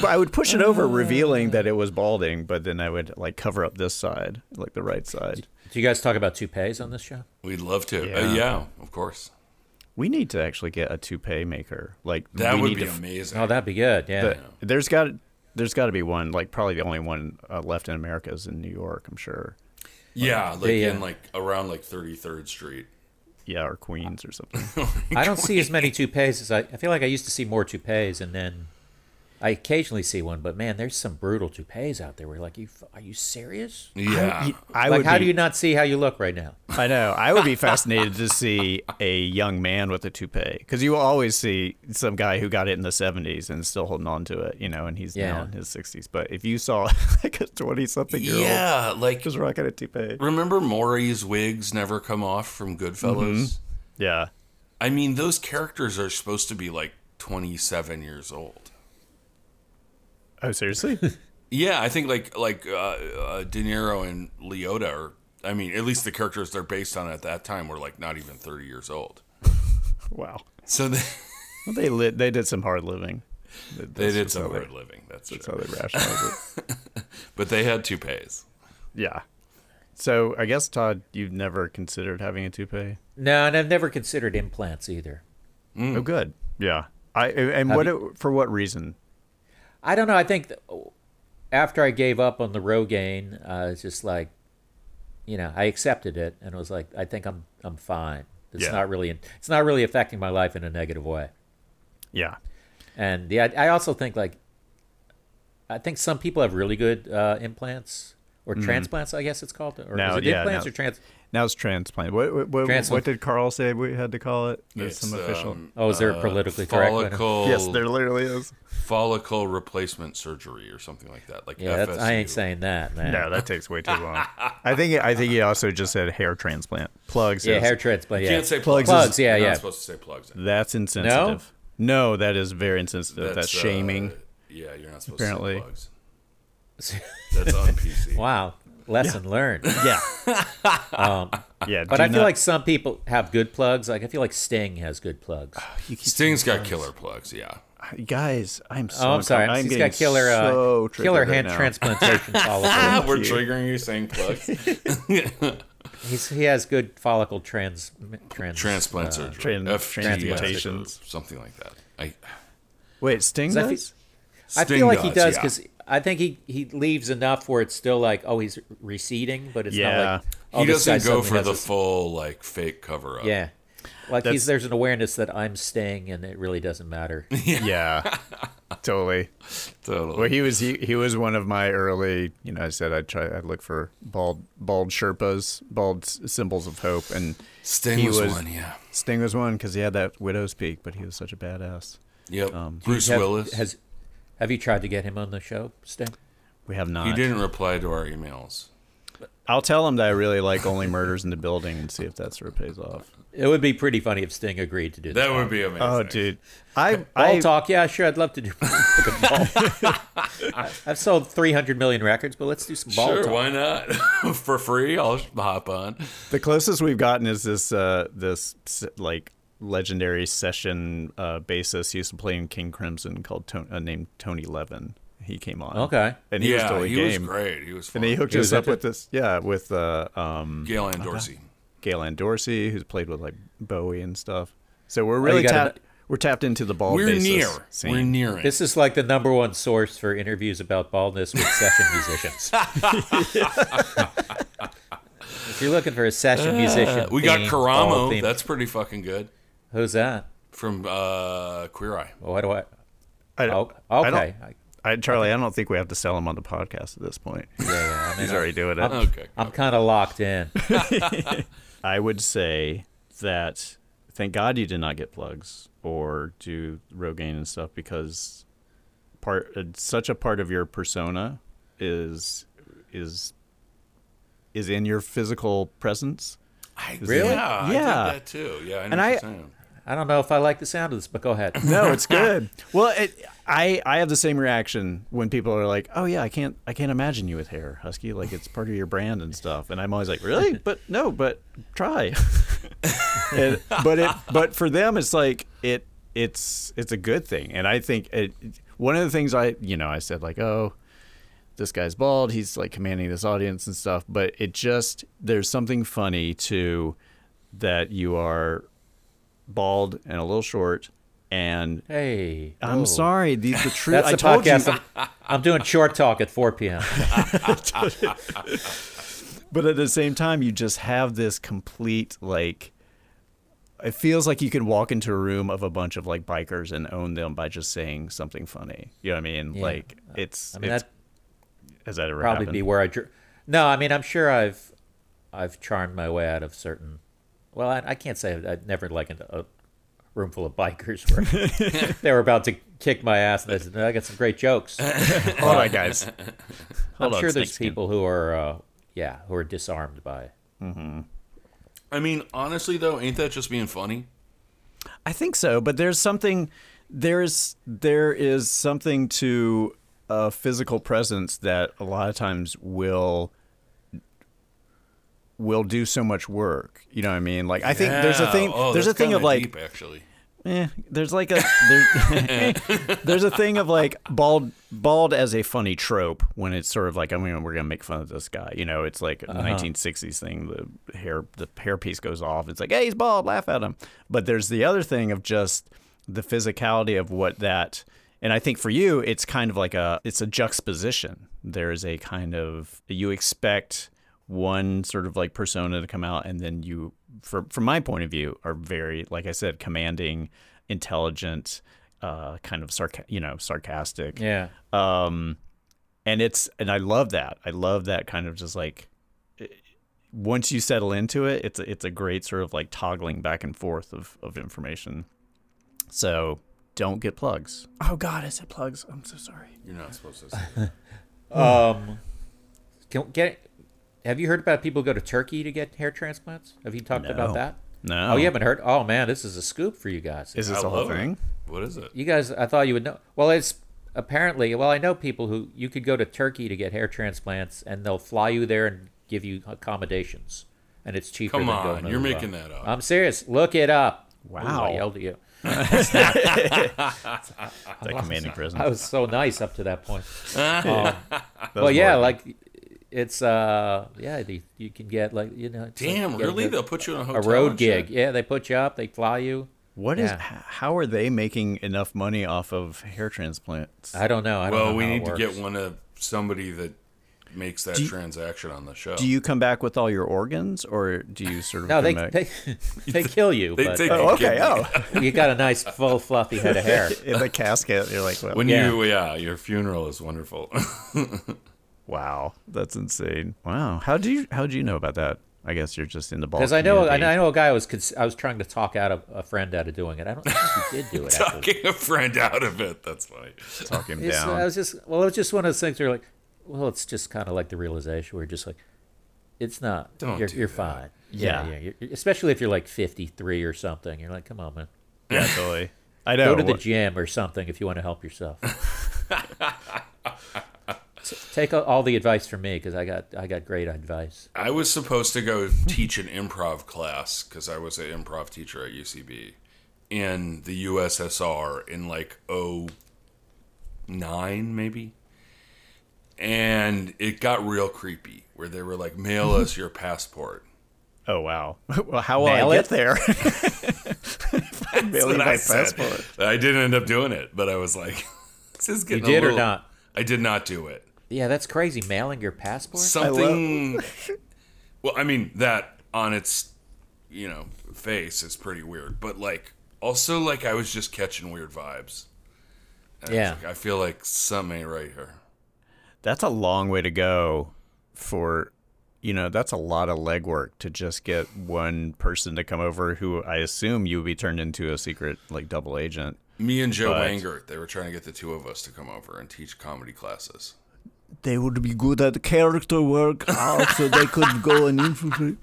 [SPEAKER 2] But I would push it over, revealing that it was balding. But then I would like cover up this side, like the right side.
[SPEAKER 1] Do you guys talk about toupees on this show?
[SPEAKER 4] We'd love to. Uh, Yeah,
[SPEAKER 2] Yeah.
[SPEAKER 4] yeah of course.
[SPEAKER 2] We need to actually get a toupee maker. Like
[SPEAKER 4] That
[SPEAKER 2] we
[SPEAKER 4] would
[SPEAKER 2] need
[SPEAKER 4] be
[SPEAKER 2] to f-
[SPEAKER 4] amazing.
[SPEAKER 1] Oh, that'd be good. Yeah.
[SPEAKER 2] the- there's got there's got to be one. Like probably the only one uh, left in America is in New York. I'm sure.
[SPEAKER 4] yeah, like
[SPEAKER 1] yeah.
[SPEAKER 4] in like around like 33rd Street.
[SPEAKER 2] Yeah, or Queens or something.
[SPEAKER 1] I don't see as many toupees as I. I feel like I used to see more toupees, and then I occasionally see one. But man, there's some brutal toupees out there. Where you're like, you f- are you serious?
[SPEAKER 4] Yeah. (laughs)
[SPEAKER 2] I
[SPEAKER 1] like,
[SPEAKER 2] would
[SPEAKER 1] how
[SPEAKER 2] be-
[SPEAKER 1] do you not see how you look right now?
[SPEAKER 2] I know. I would be fascinated to see a young man with a toupee because you always see some guy who got it in the 70s and is still holding on to it, you know, and he's now
[SPEAKER 1] Yeah.
[SPEAKER 2] in his 60s. But if you saw (laughs) like a 20 something year old
[SPEAKER 4] yeah, like
[SPEAKER 2] just rocking a toupee,
[SPEAKER 4] remember Maury's wigs never come off from Goodfellas?
[SPEAKER 2] Mm-hmm. yeah,
[SPEAKER 4] I mean, those characters are supposed to be like 27 years old.
[SPEAKER 2] oh,
[SPEAKER 4] (laughs)
[SPEAKER 2] seriously,
[SPEAKER 4] Yeah, I think like like uh, uh, De Niro and Leota are. I mean, at least the characters they're based on at that time were like not even 30 years old.
[SPEAKER 2] wow,
[SPEAKER 4] So (laughs) they,
[SPEAKER 2] well, they lit, they did some hard living,
[SPEAKER 4] they did
[SPEAKER 2] That's
[SPEAKER 4] some
[SPEAKER 2] how they-
[SPEAKER 4] hard living. That's
[SPEAKER 2] that's
[SPEAKER 4] true.
[SPEAKER 2] how they rationalize
[SPEAKER 4] But they had toupees.
[SPEAKER 2] it, (laughs) yeah. So, I guess Todd, you've never considered having a toupee.
[SPEAKER 1] No, and I've never considered implants either.
[SPEAKER 4] Mm.
[SPEAKER 2] Oh, good, yeah. I and what for what reason?
[SPEAKER 1] I don't know. I think th- after I gave up on the Rogaine, uh, it's just like, you know, I accepted it and was like, I think I'm I'm fine. It's
[SPEAKER 2] Yeah.
[SPEAKER 1] not really it's not really affecting my life in a negative way.
[SPEAKER 2] Yeah,
[SPEAKER 1] And yeah, I also think like, I think some people have really good uh, implants or transplants. I guess it's called. Or
[SPEAKER 2] Mm-hmm. Now-
[SPEAKER 1] is it
[SPEAKER 2] yeah,
[SPEAKER 1] implants
[SPEAKER 2] now-
[SPEAKER 1] or trans?
[SPEAKER 2] Now it's transplant. What what, what,
[SPEAKER 1] Transplant.
[SPEAKER 2] what did Carl say we had to call it? There's
[SPEAKER 4] It's,
[SPEAKER 2] some official.
[SPEAKER 4] um,
[SPEAKER 1] Oh, is there a politically correct? way to-
[SPEAKER 4] follicle,
[SPEAKER 2] yes, there literally is.
[SPEAKER 4] follicle replacement surgery or something like that. Like
[SPEAKER 1] Yeah, that's, I ain't
[SPEAKER 4] FSU.
[SPEAKER 1] saying that, man.
[SPEAKER 2] No, that takes way too
[SPEAKER 4] (laughs)
[SPEAKER 2] long. I think I think he also just said hair transplant. Plugs.
[SPEAKER 1] yeah,
[SPEAKER 2] is-
[SPEAKER 1] hair transplant.
[SPEAKER 4] You
[SPEAKER 1] Yeah.
[SPEAKER 4] can't say
[SPEAKER 2] Plugs
[SPEAKER 4] plugs.
[SPEAKER 1] is- Plugs, yeah,
[SPEAKER 4] You're
[SPEAKER 1] yeah.
[SPEAKER 4] Not supposed to say plugs.
[SPEAKER 2] That's insensitive. No? that is very insensitive. That's,
[SPEAKER 4] uh,
[SPEAKER 2] shaming.
[SPEAKER 4] yeah, you're not supposed
[SPEAKER 2] Apparently.
[SPEAKER 4] to say plugs.
[SPEAKER 2] (laughs)
[SPEAKER 4] That's on
[SPEAKER 1] (laughs)
[SPEAKER 4] PC.
[SPEAKER 1] wow, lesson learned.
[SPEAKER 2] yeah.
[SPEAKER 4] uh,
[SPEAKER 2] yeah.
[SPEAKER 1] But I feel like some people have good plugs. Like I feel like Sting has good plugs.
[SPEAKER 2] Ah,
[SPEAKER 1] Oh,
[SPEAKER 4] Sting's got killer plugs. Yeah.
[SPEAKER 2] guys. I'm so.
[SPEAKER 1] Oh, I'm sorry.
[SPEAKER 2] uncom-
[SPEAKER 1] I'm,
[SPEAKER 2] I'm
[SPEAKER 1] he's
[SPEAKER 2] getting
[SPEAKER 1] got killer uh,
[SPEAKER 2] so triggered
[SPEAKER 1] killer
[SPEAKER 2] right
[SPEAKER 1] hand
[SPEAKER 2] now. (laughs)
[SPEAKER 1] transplantation follicle.
[SPEAKER 4] Ah, We're triggering you saying
[SPEAKER 1] (laughs)
[SPEAKER 4] plugs.
[SPEAKER 1] Uh, He's, he has good follicle trans trans.
[SPEAKER 4] Transplant surgery.
[SPEAKER 2] tran-
[SPEAKER 4] FTS,
[SPEAKER 2] transplantations.
[SPEAKER 4] Something like that. I,
[SPEAKER 2] Wait, Sting
[SPEAKER 1] I feel- (laughs)
[SPEAKER 2] does?
[SPEAKER 1] I
[SPEAKER 4] Sting
[SPEAKER 1] feel like he does
[SPEAKER 4] yeah.
[SPEAKER 1] because I think he he leaves enough where it's still like oh he's receding, but it's
[SPEAKER 2] Yeah.
[SPEAKER 1] not like oh,
[SPEAKER 4] he
[SPEAKER 1] this guy
[SPEAKER 4] doesn't go
[SPEAKER 1] suddenly
[SPEAKER 4] for
[SPEAKER 1] has
[SPEAKER 4] the
[SPEAKER 1] this-
[SPEAKER 4] full like fake cover up.
[SPEAKER 1] yeah. Like
[SPEAKER 2] That's-
[SPEAKER 1] he's there's an awareness that I'm Sting and it really doesn't matter.
[SPEAKER 2] yeah. (laughs) Totally.
[SPEAKER 4] Totally.
[SPEAKER 2] Well, he was he, he was one of my early. You know, I said I'd try. I'd look for bald bald Sherpas, bald s- symbols of hope, and
[SPEAKER 4] Sting
[SPEAKER 2] he
[SPEAKER 4] was,
[SPEAKER 2] was-
[SPEAKER 4] one. Yeah.
[SPEAKER 2] Sting was one because he had that widow's peak, but he was such a badass.
[SPEAKER 4] Yep. (laughs)
[SPEAKER 2] Um,
[SPEAKER 4] Bruce
[SPEAKER 1] Have-
[SPEAKER 4] Willis.
[SPEAKER 1] has have you tried to get him on the show, Sting?
[SPEAKER 2] We have not.
[SPEAKER 4] he didn't reply to our emails.
[SPEAKER 2] I'll tell him that I really like only murders in the building and see if that sort of pays
[SPEAKER 4] (laughs)
[SPEAKER 2] off.
[SPEAKER 1] It would be pretty funny if Sting agreed to do that.
[SPEAKER 4] That would be amazing.
[SPEAKER 2] Oh,
[SPEAKER 4] (laughs)
[SPEAKER 2] dude, I
[SPEAKER 1] Ball
[SPEAKER 2] I
[SPEAKER 1] talk, yeah, sure. I'd love to do. (laughs) I've sold 300 million records, but let's do some ball
[SPEAKER 4] Sure,
[SPEAKER 1] talk.
[SPEAKER 4] why not? (laughs) For free, I'll hop on.
[SPEAKER 2] the closest we've gotten is this uh this s- like legendary session uh bassist he used to play in King Crimson called Ton uh, named Tony Levin. He came on.
[SPEAKER 1] Okay.
[SPEAKER 2] and he was
[SPEAKER 4] yeah,
[SPEAKER 2] totally
[SPEAKER 4] he
[SPEAKER 2] game.
[SPEAKER 4] was great. He was fun.
[SPEAKER 2] And he hooked
[SPEAKER 1] He
[SPEAKER 2] us
[SPEAKER 1] was
[SPEAKER 2] up
[SPEAKER 1] into-
[SPEAKER 2] with this, yeah, with uh, um,
[SPEAKER 4] Galen Dorsey.
[SPEAKER 2] Galen Dorsey, who's played with like Bowie and stuff. So we're really
[SPEAKER 1] Oh, you gotta-
[SPEAKER 2] tapped. We're tapped into the ball.
[SPEAKER 4] We're
[SPEAKER 2] bassist
[SPEAKER 4] near.
[SPEAKER 2] Scene.
[SPEAKER 4] We're nearing.
[SPEAKER 1] This is like the number one source for interviews about baldness with session
[SPEAKER 4] (laughs)
[SPEAKER 1] musicians. if you're looking for a session musician,
[SPEAKER 4] Uh, we got
[SPEAKER 1] themed,
[SPEAKER 4] Karamo.
[SPEAKER 1] bald themed-
[SPEAKER 4] That's pretty fucking good.
[SPEAKER 1] who's that?
[SPEAKER 4] From uh, Queer Eye.
[SPEAKER 1] Well, what do I?
[SPEAKER 2] I,
[SPEAKER 1] Oh,
[SPEAKER 2] I
[SPEAKER 1] okay.
[SPEAKER 2] don't-
[SPEAKER 1] I-
[SPEAKER 2] I, Charlie, I don't think we have to sell him on the podcast at this point.
[SPEAKER 1] yeah, yeah. I
[SPEAKER 2] (laughs) He's
[SPEAKER 1] mean,
[SPEAKER 2] already doing it.
[SPEAKER 4] Okay.
[SPEAKER 1] I'm kind of locked in.
[SPEAKER 2] I would say that thank God you did not get plugs or do Rogaine and stuff because part uh, such a part of your persona is is is in your physical presence.
[SPEAKER 4] I,
[SPEAKER 2] Really?
[SPEAKER 4] Yeah, I did
[SPEAKER 2] Yeah.
[SPEAKER 4] that too. Yeah, I know
[SPEAKER 2] And
[SPEAKER 4] what
[SPEAKER 2] I-
[SPEAKER 4] you're saying.
[SPEAKER 1] I don't know if I like the sound of this, but go ahead.
[SPEAKER 2] (laughs) No, it's good. well, it, I I have the same reaction when people are like, "Oh yeah, I can't I can't imagine you with hair, husky. Like it's part of your brand and stuff." And I'm always like, "Really? (laughs) But no, but (laughs) try." And- but it but for them, it's like it it's it's a good thing, and I think it. One of the things I you know I said like, "Oh, this guy's bald. He's like commanding this audience and stuff. But it just there's something funny to that you are bald, and a little short. And
[SPEAKER 1] Hey,
[SPEAKER 2] I'm
[SPEAKER 1] whoa.
[SPEAKER 2] sorry,
[SPEAKER 1] (laughs)
[SPEAKER 2] these the truth.
[SPEAKER 1] Oh. That's
[SPEAKER 2] I
[SPEAKER 1] the
[SPEAKER 2] told you.
[SPEAKER 1] podcast. I'm, I'm doing short talk at 4 p.m.
[SPEAKER 2] but at the same time you just have this complete like it feels like you could walk into a room of a bunch of like bikers and own them by just saying something funny you know what i mean like it's,
[SPEAKER 1] I mean,
[SPEAKER 2] it's
[SPEAKER 1] that
[SPEAKER 2] has that ever
[SPEAKER 1] probably
[SPEAKER 2] happened?
[SPEAKER 1] be where I drew. No, I mean, I'm sure I've I've charmed my way out of certain. Well, I, I can't say I've, I've never likened a room full of bikers
[SPEAKER 2] (laughs)
[SPEAKER 1] where they were about to kick my ass. And I said, I got some great jokes.
[SPEAKER 2] hold on
[SPEAKER 1] (laughs)
[SPEAKER 2] guys hold
[SPEAKER 1] I'm
[SPEAKER 2] on
[SPEAKER 1] sure there's
[SPEAKER 2] snakeskin.
[SPEAKER 1] people who are, uh, yeah, who are disarmed by it.
[SPEAKER 4] I mean, honestly though, ain't that just being funny?
[SPEAKER 2] I think so, but there's something there's there is something to a physical presence that a lot of times will will do so much work. You know what I mean? Like I think there's a
[SPEAKER 4] Yeah.
[SPEAKER 2] thing
[SPEAKER 4] Oh,
[SPEAKER 2] there's a
[SPEAKER 4] that's
[SPEAKER 2] thing of
[SPEAKER 4] kinda
[SPEAKER 2] like
[SPEAKER 4] deep, actually.
[SPEAKER 2] eh, there's like a there, (laughs) there's a thing of like bald bald as a funny trope when it's sort of like I mean we're gonna make fun of this guy you know it's like a 1960s thing the hair the hair piece goes off it's like hey he's bald laugh at him but there's the other thing of just the physicality of what that and I think for you it's kind of like a it's a juxtaposition there is a kind of you expect one sort of like persona to come out and then you from from my point of view are very like i said commanding intelligent uh kind of sarca- you know sarcastic
[SPEAKER 1] Yeah.
[SPEAKER 2] um and it's and i love that i love that kind of just like i- once you settle into it it's a, it's a great sort of like toggling back and forth of of information so don't get plugs oh god i said plugs i'm so sorry
[SPEAKER 4] You're not supposed to. Say
[SPEAKER 1] Um, can get. Have you heard about people who go to Turkey to get hair transplants? Have you talked
[SPEAKER 2] No.
[SPEAKER 1] about that?
[SPEAKER 2] no
[SPEAKER 1] Oh, you haven't heard? Oh man, this is a scoop for you guys.
[SPEAKER 2] is
[SPEAKER 4] I
[SPEAKER 2] this the whole
[SPEAKER 4] love it.
[SPEAKER 2] thing
[SPEAKER 4] What is it?
[SPEAKER 1] You guys, I thought you would know. Well, it's apparently. Well, I know people who you could go to Turkey to get hair transplants, and they'll fly you there and give you accommodations, and it's cheaper.
[SPEAKER 4] Come
[SPEAKER 1] than
[SPEAKER 4] on,
[SPEAKER 1] going to,
[SPEAKER 4] you're
[SPEAKER 1] uh,
[SPEAKER 4] making that up.
[SPEAKER 1] I'm serious. Look it up. Ooh,
[SPEAKER 2] Wow.
[SPEAKER 1] I yelled at you.
[SPEAKER 2] that commanding prison
[SPEAKER 1] I was so nice up to that point. Um, well, yeah, like it's uh, yeah, the, you can get like you know. it's like
[SPEAKER 4] Damn,
[SPEAKER 1] you gotta
[SPEAKER 4] really?
[SPEAKER 1] go-
[SPEAKER 4] They'll put you in a
[SPEAKER 1] a
[SPEAKER 4] hotel.
[SPEAKER 1] road
[SPEAKER 4] and shit?
[SPEAKER 1] gig. Yeah, they put you up, they fly you.
[SPEAKER 2] What is?
[SPEAKER 1] Yeah.
[SPEAKER 2] h How are they making enough money off of hair transplants?
[SPEAKER 1] I don't know. I don't
[SPEAKER 4] Well,
[SPEAKER 1] know
[SPEAKER 4] we
[SPEAKER 1] how it
[SPEAKER 4] need to
[SPEAKER 1] works.
[SPEAKER 4] get one of somebody that makes that
[SPEAKER 2] Do you-
[SPEAKER 4] transaction on the show.
[SPEAKER 2] Do you come back with all your organs, or do you sort of
[SPEAKER 1] No,
[SPEAKER 2] come
[SPEAKER 1] they
[SPEAKER 2] back?
[SPEAKER 1] they, (laughs) they kill you.
[SPEAKER 4] They
[SPEAKER 1] but
[SPEAKER 4] take
[SPEAKER 2] oh, okay.
[SPEAKER 4] Give me-
[SPEAKER 2] Oh,
[SPEAKER 1] you got a nice full fluffy head of
[SPEAKER 4] (laughs)
[SPEAKER 1] hair.
[SPEAKER 2] (laughs) in the casket, you're like, well,
[SPEAKER 4] when
[SPEAKER 1] Yeah.
[SPEAKER 4] you yeah, your funeral is wonderful. (laughs)
[SPEAKER 2] wow, that's insane. Wow, how do you how do you know about that? I guess you're just in the ball.
[SPEAKER 1] Because I know, I know,
[SPEAKER 2] community.
[SPEAKER 1] I know a guy was cons- I was trying to talk out of a friend out of doing it. I don't think he did do it. actually.
[SPEAKER 4] Talking a friend out of it. That's funny.
[SPEAKER 2] talk him
[SPEAKER 1] It's- uh,
[SPEAKER 2] down.
[SPEAKER 1] I was just well, it was just one of those things where like, well, it's just kind of like the realization where you're just like, it's not.
[SPEAKER 4] Don't
[SPEAKER 1] you're
[SPEAKER 4] do
[SPEAKER 1] you're
[SPEAKER 4] that.
[SPEAKER 1] fine.
[SPEAKER 2] Yeah.
[SPEAKER 1] yeah. You're, especially if you're like 53 or something, you're like, come on, man,
[SPEAKER 2] yeah, totally. I
[SPEAKER 1] go
[SPEAKER 2] know.
[SPEAKER 1] to the
[SPEAKER 2] what-
[SPEAKER 1] gym or something if you want to help yourself. T- Take a- all the advice from me because I got I got great advice.
[SPEAKER 4] I was supposed to go teach an improv class because I was an improv teacher at UCB in the USSR in like oh nine maybe. And it got real creepy where they were like, mail us
[SPEAKER 1] (laughs)
[SPEAKER 4] your passport.
[SPEAKER 2] oh wow. (laughs) Well, how will
[SPEAKER 1] Mail
[SPEAKER 2] I
[SPEAKER 1] it? (laughs)
[SPEAKER 2] get there? (laughs) Mail you
[SPEAKER 4] That's what
[SPEAKER 2] my
[SPEAKER 4] I said.
[SPEAKER 2] passport.
[SPEAKER 4] I didn't end up doing it, but I was like, (laughs) this is
[SPEAKER 1] You
[SPEAKER 4] getting a
[SPEAKER 1] did or
[SPEAKER 4] little-
[SPEAKER 1] not?
[SPEAKER 4] I did not do it.
[SPEAKER 1] Yeah, that's crazy. Mailing your passport.
[SPEAKER 4] something (laughs) well i mean that on its you know face is pretty weird but like also like i was just catching weird vibes And I was
[SPEAKER 1] Yeah.
[SPEAKER 4] like, i feel like something ain't right here
[SPEAKER 2] That's a long way to go for you know, that's a lot of legwork to just get one person to come over who I assume you would be turned into a secret like double agent.
[SPEAKER 4] me and joe
[SPEAKER 2] But-
[SPEAKER 4] Angert, they were trying to get the two of us to come over and teach comedy classes
[SPEAKER 5] they would be good at character work out so they could go and infiltrate.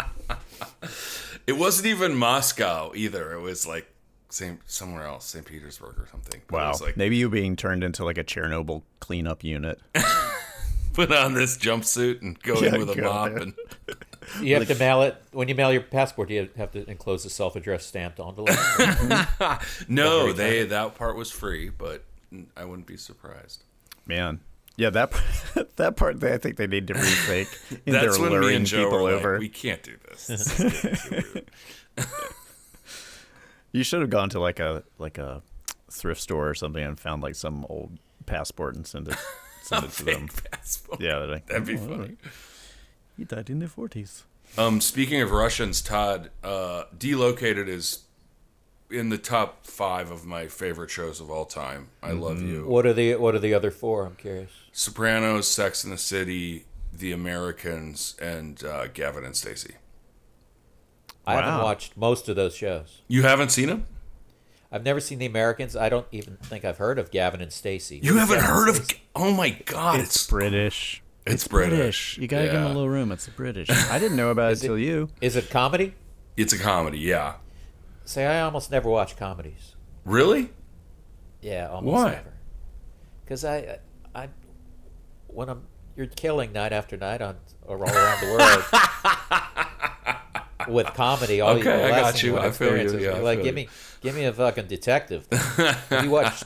[SPEAKER 4] it wasn't even moscow either it was like same somewhere else st petersburg or something but it
[SPEAKER 2] Wow.
[SPEAKER 4] was like (laughs)
[SPEAKER 2] Maybe you being turned into like a Chernobyl cleanup unit.
[SPEAKER 4] put on this jumpsuit and go
[SPEAKER 2] Yeah,
[SPEAKER 4] in with a
[SPEAKER 2] go
[SPEAKER 4] mop
[SPEAKER 2] there.
[SPEAKER 4] and (laughs)
[SPEAKER 1] You have to mail it when you mail your passport. You have to enclose a self-addressed stamped envelope.
[SPEAKER 4] no they that part was free but i wouldn't be surprised
[SPEAKER 2] Man. Yeah, that (laughs) that part they, I think they need to
[SPEAKER 4] (laughs)
[SPEAKER 2] rethink. And
[SPEAKER 4] That's
[SPEAKER 2] they're
[SPEAKER 4] when
[SPEAKER 2] luring
[SPEAKER 4] me and Joe
[SPEAKER 2] people
[SPEAKER 4] were like,
[SPEAKER 2] over.
[SPEAKER 4] we can't do this. This is getting too weird."
[SPEAKER 2] You should have gone to like a like a thrift store or something and found like some old passport and send it send it
[SPEAKER 4] (laughs)
[SPEAKER 2] to them.
[SPEAKER 4] Fake passport.
[SPEAKER 2] Yeah, they're like,
[SPEAKER 4] That'd be
[SPEAKER 2] "Oh, all
[SPEAKER 4] funny.
[SPEAKER 2] right. He died in the forties.
[SPEAKER 4] Um, speaking of Russians, Todd, uh, Delocated is in the top five of my favorite shows of all time. I love you.
[SPEAKER 1] What are the What are the other four? I'm curious.
[SPEAKER 4] Sopranos, Sex and the City, The Americans, and uh, Gavin and Stacey.
[SPEAKER 1] I haven't
[SPEAKER 2] Wow.
[SPEAKER 1] watched most of those shows.
[SPEAKER 4] You haven't seen them?
[SPEAKER 1] I've never seen The Americans. I don't even think I've heard of Gavin and Stacey.
[SPEAKER 4] You haven't heard of? Oh my God! It's
[SPEAKER 2] British.
[SPEAKER 4] it's, British.
[SPEAKER 2] You gotta give him
[SPEAKER 4] Yeah.
[SPEAKER 2] a little room. It's British. I didn't know (laughs) about it till you.
[SPEAKER 1] Is it comedy?
[SPEAKER 4] It's a comedy. Yeah.
[SPEAKER 1] Say, I almost never watch comedies.
[SPEAKER 4] Really?
[SPEAKER 1] Yeah, almost
[SPEAKER 4] Why?
[SPEAKER 1] never. Because I, I, when I'm you're killing night after night on or all around the world
[SPEAKER 4] (laughs)
[SPEAKER 1] with comedy. All
[SPEAKER 4] Okay,
[SPEAKER 1] you,
[SPEAKER 4] I
[SPEAKER 1] the last
[SPEAKER 4] got
[SPEAKER 1] thing
[SPEAKER 4] you.
[SPEAKER 1] want
[SPEAKER 4] I feel you.
[SPEAKER 1] experience is
[SPEAKER 4] Yeah, I
[SPEAKER 1] like,
[SPEAKER 4] feel
[SPEAKER 1] give
[SPEAKER 4] you.
[SPEAKER 1] me, give me a fucking detective. Have
[SPEAKER 4] (laughs)
[SPEAKER 1] you watch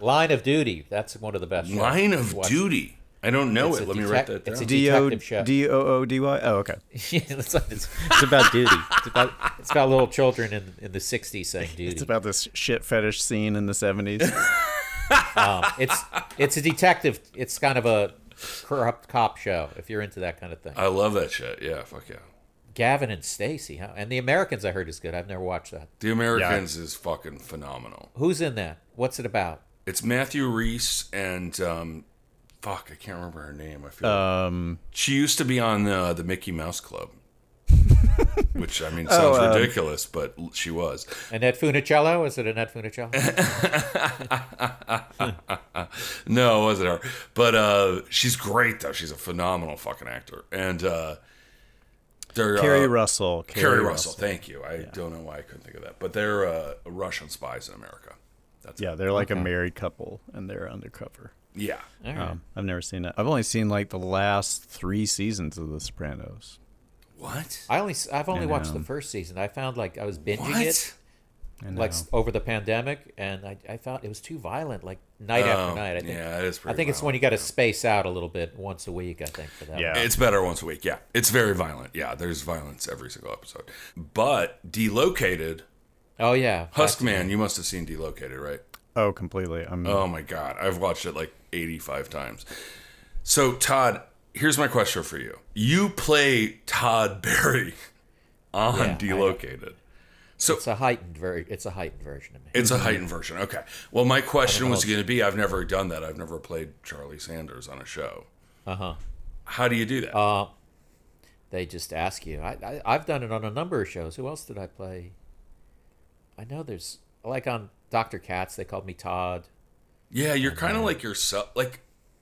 [SPEAKER 1] Line of Duty? That's one of the best. shows.
[SPEAKER 4] Line of
[SPEAKER 1] Watch-
[SPEAKER 4] Duty. I don't know
[SPEAKER 1] It's
[SPEAKER 4] it.
[SPEAKER 1] a
[SPEAKER 4] Let me
[SPEAKER 1] detec-
[SPEAKER 4] write that down.
[SPEAKER 1] it's a
[SPEAKER 2] D O
[SPEAKER 1] detective show.
[SPEAKER 2] D O O D Y. Oh, okay.
[SPEAKER 1] (laughs) Yeah, it's, like- it's, it's about duty. It's about it's about little children in in the '60s
[SPEAKER 4] (laughs)
[SPEAKER 1] saying duty.
[SPEAKER 2] It's about this shit fetish scene in the seventies.
[SPEAKER 1] it's it's a detective. It's kind of a corrupt cop show if you're into that kind of thing.
[SPEAKER 4] I love that shit. Yeah. Fuck yeah.
[SPEAKER 1] Gavin and Stacy, huh? and The Americans. I heard is good. I've never watched that.
[SPEAKER 4] The Americans is fucking phenomenal.
[SPEAKER 1] Who's in that? What's it about?
[SPEAKER 4] It's Matthew Reese and um, fuck, I can't remember her name. I feel
[SPEAKER 2] um,
[SPEAKER 4] she used to be on uh, the Mickey Mouse
[SPEAKER 2] (laughs)
[SPEAKER 4] Club, which I mean
[SPEAKER 2] Oh,
[SPEAKER 4] sounds ridiculous, but l- she was.
[SPEAKER 1] Annette Funicello? Is it Annette
[SPEAKER 2] (laughs)
[SPEAKER 1] Funicello?
[SPEAKER 4] No, it wasn't her. But uh, she's great though. She's a phenomenal fucking actor. And uh, they're
[SPEAKER 2] Carrie
[SPEAKER 4] uh,
[SPEAKER 2] Russell.
[SPEAKER 4] Carrie Russell. Thank you. I don't know why I couldn't think of that, but they're uh, Russian spies in America. That's
[SPEAKER 2] Yeah, they're like a married couple and they're undercover.
[SPEAKER 4] yeah.
[SPEAKER 2] Um, I've never seen it. I've only seen like the last three seasons of The Sopranos.
[SPEAKER 4] What?
[SPEAKER 1] I only s- I've only
[SPEAKER 2] And,
[SPEAKER 1] watched the
[SPEAKER 2] um,
[SPEAKER 1] first season. I found like I was binging it
[SPEAKER 4] What?
[SPEAKER 2] I
[SPEAKER 1] like
[SPEAKER 2] know.
[SPEAKER 1] s- over the pandemic, and I I thought it was too violent. Like night
[SPEAKER 4] Oh,
[SPEAKER 1] after night. I think
[SPEAKER 4] yeah, it is
[SPEAKER 1] I
[SPEAKER 4] pretty
[SPEAKER 1] think it's when you got to space out a little bit once a week. I think for that.
[SPEAKER 2] Yeah.
[SPEAKER 4] It's better once a week. Yeah. It's very violent. Yeah. There's violence every single episode. But Delocated,
[SPEAKER 1] Oh yeah. That's-
[SPEAKER 4] Huskman, you must have seen Delocated, right?
[SPEAKER 2] Oh, completely. I'm
[SPEAKER 4] Oh my God. I've watched it like 85 times. So, Todd, here's my question for you. You play Todd (laughs) Berry on
[SPEAKER 1] Yeah, I-
[SPEAKER 4] Delocated.
[SPEAKER 1] It's a heightened ver- It's a heightened version of me.
[SPEAKER 4] It's a heightened version. Okay. Well, my question was going to be I've never done that. I've never played Charlie Sanders on a show.
[SPEAKER 1] Uh huh.
[SPEAKER 4] How do you do that?
[SPEAKER 1] Uh, They just ask you. I, I I've done it on a number of shows. Who else did I play? I know there's like on Doctor Katz. They called me Todd.
[SPEAKER 4] yeah, you're kind
[SPEAKER 1] uh,
[SPEAKER 4] of like yourself. Like,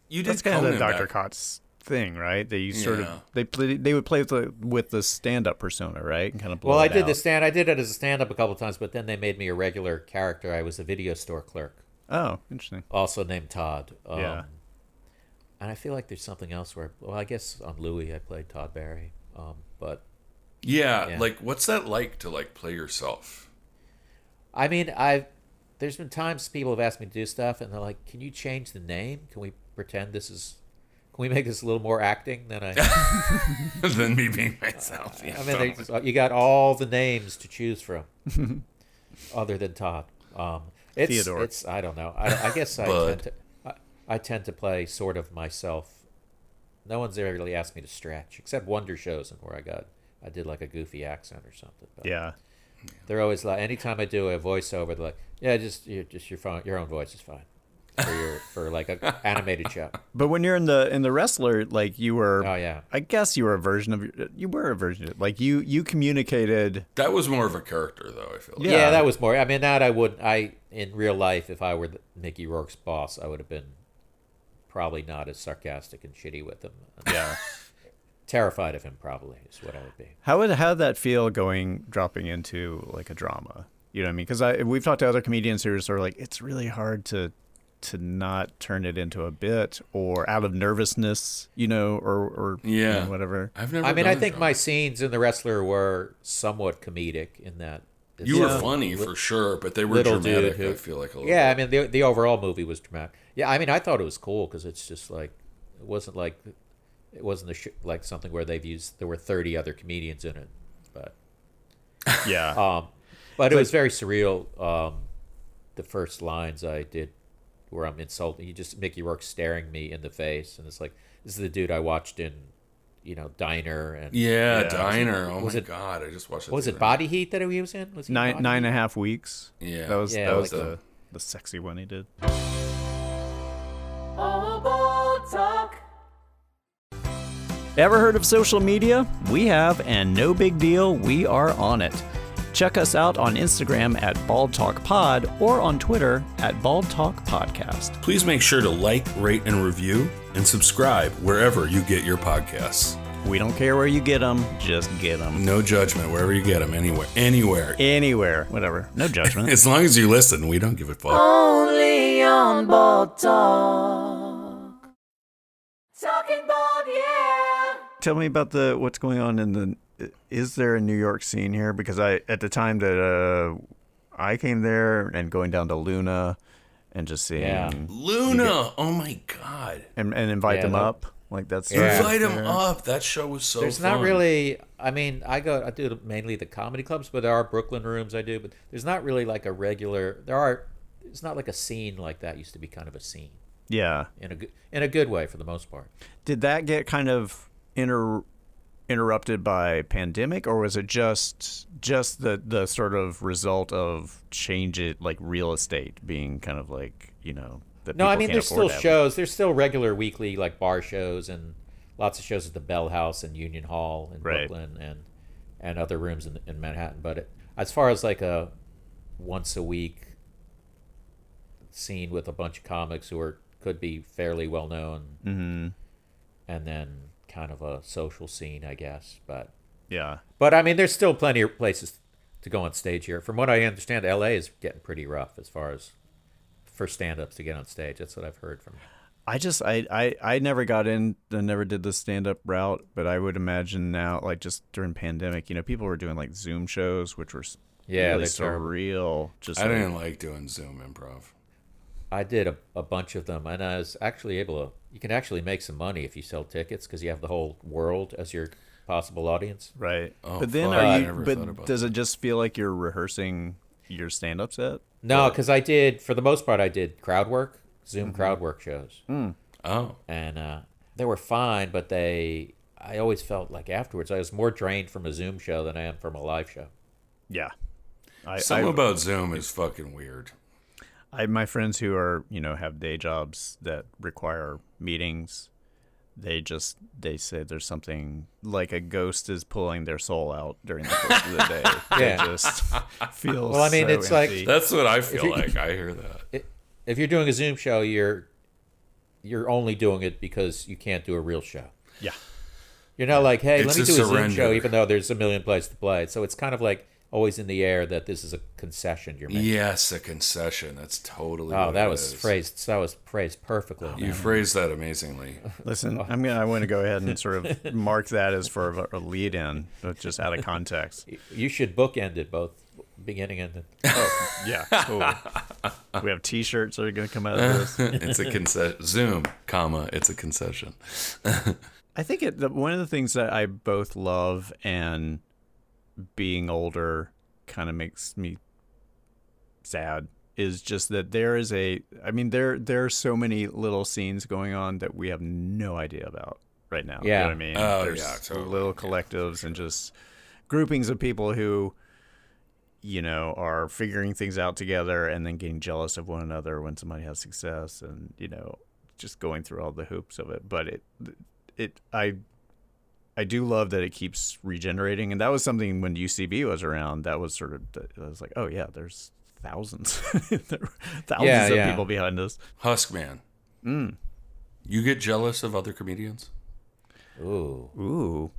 [SPEAKER 4] you did
[SPEAKER 2] That's kind of the
[SPEAKER 4] Conan
[SPEAKER 2] Dr.
[SPEAKER 4] back-
[SPEAKER 2] Cott's thing, right? They sort
[SPEAKER 4] Yeah.
[SPEAKER 2] of they play they would play with the with the stand up persona, right? And kind of blow
[SPEAKER 1] Well, I
[SPEAKER 2] it
[SPEAKER 1] did
[SPEAKER 2] out.
[SPEAKER 1] the stand. I did it as a stand up a couple times, but then they made me a regular character. I was a video store clerk,
[SPEAKER 2] Oh, interesting.
[SPEAKER 1] also named Todd. Um,
[SPEAKER 2] yeah.
[SPEAKER 1] And I feel like there's something else where. Well, I guess on Louie, I played Todd Barry. Um, but
[SPEAKER 4] Yeah,
[SPEAKER 1] Yeah.
[SPEAKER 4] like what's that like to like play yourself? (laughs)
[SPEAKER 1] I mean, I've there's been times people have asked me to do stuff, and they're like, "Can you change the name? Can we pretend this is? Can we make this a little more acting than I?"
[SPEAKER 4] than me being myself.
[SPEAKER 1] Uh,
[SPEAKER 4] Yeah,
[SPEAKER 1] I mean, they
[SPEAKER 4] totally.
[SPEAKER 1] just, you got all the names to choose from, other than Todd. Um, it's,
[SPEAKER 2] Theodore.
[SPEAKER 1] It's I don't know. I, I guess I
[SPEAKER 4] Bud.
[SPEAKER 1] tend to I, I tend to play sort of myself. No one's ever really asked me to stretch, except Wonder Shows, and where I got I did like a goofy accent or something. But
[SPEAKER 2] Yeah.
[SPEAKER 1] they're always like, anytime I do a voiceover, they're like, yeah, just you just your phone, your own voice is fine for your for like an
[SPEAKER 4] (laughs)
[SPEAKER 1] animated show.
[SPEAKER 2] But when you're in the in the wrestler, like you were
[SPEAKER 1] Oh yeah,
[SPEAKER 2] I guess you were a version of your, you were a version of like you you communicated
[SPEAKER 4] that was more of a character though, I feel like.
[SPEAKER 1] yeah,
[SPEAKER 2] Yeah.
[SPEAKER 1] that was more. I mean, that I would I in real life, if I were the, Mickey Rourke's boss, I would have been probably not as sarcastic and shitty with him. Yeah, (laughs) terrified of him probably is what I would be.
[SPEAKER 2] How would how would that feel going dropping into like a drama? You know what I mean? Because I we've talked to other comedians who are sort of like it's really hard to to not turn it into a bit or out of nervousness, you know, or or you
[SPEAKER 4] Yeah.
[SPEAKER 1] (laughs)
[SPEAKER 2] know, whatever.
[SPEAKER 4] I've never
[SPEAKER 1] I mean,
[SPEAKER 4] done
[SPEAKER 1] I
[SPEAKER 4] the
[SPEAKER 1] think
[SPEAKER 4] drama.
[SPEAKER 1] my scenes in The Wrestler were somewhat comedic in that. it's
[SPEAKER 4] you were
[SPEAKER 1] just-
[SPEAKER 4] funny for sure, but they were
[SPEAKER 1] little
[SPEAKER 4] dramatic.
[SPEAKER 1] dude who-
[SPEAKER 4] I feel like a little.
[SPEAKER 1] Yeah, I
[SPEAKER 4] bit.
[SPEAKER 1] mean the the overall movie was dramatic. Yeah, I mean I thought it was cool because it's just like it wasn't like it wasn't a sh- like something where they've used there were thirty other comedians in it, but
[SPEAKER 2] Yeah.
[SPEAKER 1] um, But it was very surreal. Um, the first lines I did, where I'm insulting, you just Mickey Rourke staring me in the face, and it's like this is the dude I watched in, you know, Diner and
[SPEAKER 4] Yeah,
[SPEAKER 2] Yeah.
[SPEAKER 4] Diner. Oh
[SPEAKER 1] Was
[SPEAKER 4] my
[SPEAKER 1] it-
[SPEAKER 4] god, I just watched.
[SPEAKER 1] what was
[SPEAKER 4] the
[SPEAKER 1] it
[SPEAKER 4] other-
[SPEAKER 1] Body Heat that he was in? Was he in
[SPEAKER 2] Nine
[SPEAKER 1] Body
[SPEAKER 2] nine
[SPEAKER 1] Heat?
[SPEAKER 2] and a half weeks.
[SPEAKER 4] Yeah.
[SPEAKER 2] That was
[SPEAKER 1] Yeah,
[SPEAKER 2] that
[SPEAKER 1] like
[SPEAKER 2] was
[SPEAKER 1] the-
[SPEAKER 2] the the sexy one he did.
[SPEAKER 3] Horrible Oh, talk.
[SPEAKER 2] Ever heard of social media? We have, and no big deal, we are on it. Check us out on Instagram at Bald Talk Pod or on Twitter at Bald Talk Podcast.
[SPEAKER 4] Please make sure to like, rate, and review, and subscribe wherever you get your podcasts.
[SPEAKER 2] We don't care where you get them, just get them.
[SPEAKER 4] No judgment, wherever you get them, anywhere, anywhere.
[SPEAKER 2] Anywhere, whatever. No judgment.
[SPEAKER 4] As long as you listen, we don't give a fuck.
[SPEAKER 3] Only on Bald Talk. Talking Bald, yeah.
[SPEAKER 2] (laughs) Tell me about the what's going on in the. Is there a New York scene here? Because I at the time that uh, I came there and going down to Luna, and just seeing
[SPEAKER 1] Yeah.
[SPEAKER 4] Luna, oh my god,
[SPEAKER 2] and, and invite
[SPEAKER 1] Yeah,
[SPEAKER 2] them
[SPEAKER 1] that-
[SPEAKER 2] up like that's
[SPEAKER 1] Yeah.
[SPEAKER 4] invite him up. That show was so.
[SPEAKER 1] There's
[SPEAKER 4] fun.
[SPEAKER 1] not really. I mean, I go. I do mainly the comedy clubs, but there are Brooklyn rooms I do. But there's not really like a regular. There are. It's not like a scene like that used to be. Kind of a scene
[SPEAKER 2] Yeah.
[SPEAKER 1] in a good in a good way for the most part.
[SPEAKER 2] Did that get kind of inter interrupted by pandemic or was it just just the the sort of result of change it like real estate being kind of like, you know, that
[SPEAKER 1] No,
[SPEAKER 2] people
[SPEAKER 1] I mean
[SPEAKER 2] can't
[SPEAKER 1] there's
[SPEAKER 2] afford
[SPEAKER 1] still
[SPEAKER 2] to have-
[SPEAKER 1] shows. There's still regular weekly like bar shows and lots of shows at the Bell House and Union Hall in
[SPEAKER 2] Right.
[SPEAKER 1] Brooklyn and and other rooms in, in Manhattan. But it, as far as like a once a week scene with a bunch of comics who are could be fairly well known,
[SPEAKER 2] Mm-hmm.
[SPEAKER 1] and then kind of a social scene, I guess. But
[SPEAKER 2] Yeah.
[SPEAKER 1] but I mean, there's still plenty of places to go on stage here. From what I understand, LA is getting pretty rough as far as for stand-ups to get on stage. That's what I've heard from.
[SPEAKER 2] I just I, I I never got in I never did the stand up route, but I would imagine now like just during pandemic, you know, people were doing like Zoom shows which were s-
[SPEAKER 1] Yeah,
[SPEAKER 2] really
[SPEAKER 1] they're terrible.
[SPEAKER 2] surreal. Just
[SPEAKER 4] I
[SPEAKER 2] like-
[SPEAKER 4] didn't like doing Zoom improv.
[SPEAKER 1] I did a, a bunch of them, and I was actually able to. You can actually make some money if you sell tickets because you have the whole world as your possible audience.
[SPEAKER 2] Right.
[SPEAKER 4] Oh,
[SPEAKER 2] but then
[SPEAKER 4] fuck, I
[SPEAKER 2] are you
[SPEAKER 4] never thought
[SPEAKER 2] but
[SPEAKER 4] about
[SPEAKER 2] does it just feel like you're rehearsing your stand up set?
[SPEAKER 1] No, because I did for the most part, I did crowd work, Zoom crowd work shows,
[SPEAKER 4] Oh,
[SPEAKER 1] and uh, they were fine. But they, I always felt like afterwards I was more drained from a Zoom show than I am from a live show.
[SPEAKER 2] Yeah. I,
[SPEAKER 4] something
[SPEAKER 2] I-
[SPEAKER 4] about Zoom is fucking weird.
[SPEAKER 2] I my friends who are, you know, have day jobs that require meetings, they just they say there's something like a ghost is pulling their soul out during the course of the
[SPEAKER 1] (laughs)
[SPEAKER 2] day.
[SPEAKER 1] Yeah.
[SPEAKER 2] It just feels
[SPEAKER 1] Well, I mean,
[SPEAKER 2] so
[SPEAKER 1] it's like-
[SPEAKER 2] empty.
[SPEAKER 4] That's what
[SPEAKER 1] (laughs)
[SPEAKER 4] I feel like. I hear that.
[SPEAKER 1] if you're doing a Zoom show, you're you're only doing it because you can't do a real show.
[SPEAKER 2] Yeah.
[SPEAKER 1] You're not like, hey,
[SPEAKER 4] It's
[SPEAKER 1] let me
[SPEAKER 4] a
[SPEAKER 1] do a Zoom show,
[SPEAKER 4] surrender.
[SPEAKER 1] even though there's a million places to play. So it's kind of like always in the air that this is a concession you're making.
[SPEAKER 4] Yes, a concession. That's totally.
[SPEAKER 1] Oh,
[SPEAKER 4] what
[SPEAKER 1] that
[SPEAKER 4] it
[SPEAKER 1] was
[SPEAKER 4] is. Oh,
[SPEAKER 1] phrased. That was phrased perfectly.
[SPEAKER 4] You phrased that (laughs) amazingly.
[SPEAKER 2] Listen, I'm gonna I want to go ahead and sort
[SPEAKER 1] (laughs)
[SPEAKER 2] of mark that as for a, a lead in, but just out
[SPEAKER 1] (laughs)
[SPEAKER 2] of context.
[SPEAKER 1] You should bookend it both, beginning and end.
[SPEAKER 2] Yeah, cool. we have T-shirts that are
[SPEAKER 1] (laughs)
[SPEAKER 2] gonna come out of this.
[SPEAKER 4] it's a concession. Zoom, comma. It's a concession.
[SPEAKER 2] I think it, the, one of the things that I both love and being older kind of makes me sad is just that there is a I mean there there are so many little scenes going on that we have no idea about right now. You know
[SPEAKER 1] Yeah.
[SPEAKER 2] what I mean?
[SPEAKER 4] Oh,
[SPEAKER 2] There's
[SPEAKER 4] yeah, totally.
[SPEAKER 2] little collectives and just groupings of people who you know are figuring things out together and then getting jealous of one another when somebody has success and you know just going through all the hoops of it but it it i i do love that it keeps regenerating and that was something when ucb was around that was sort of i was like oh yeah there's thousands (laughs) there were thousands
[SPEAKER 1] Yeah,
[SPEAKER 2] of
[SPEAKER 1] yeah.
[SPEAKER 2] people behind us
[SPEAKER 4] Huskman. Mm. You get jealous of other comedians?
[SPEAKER 1] Ooh.
[SPEAKER 2] ooh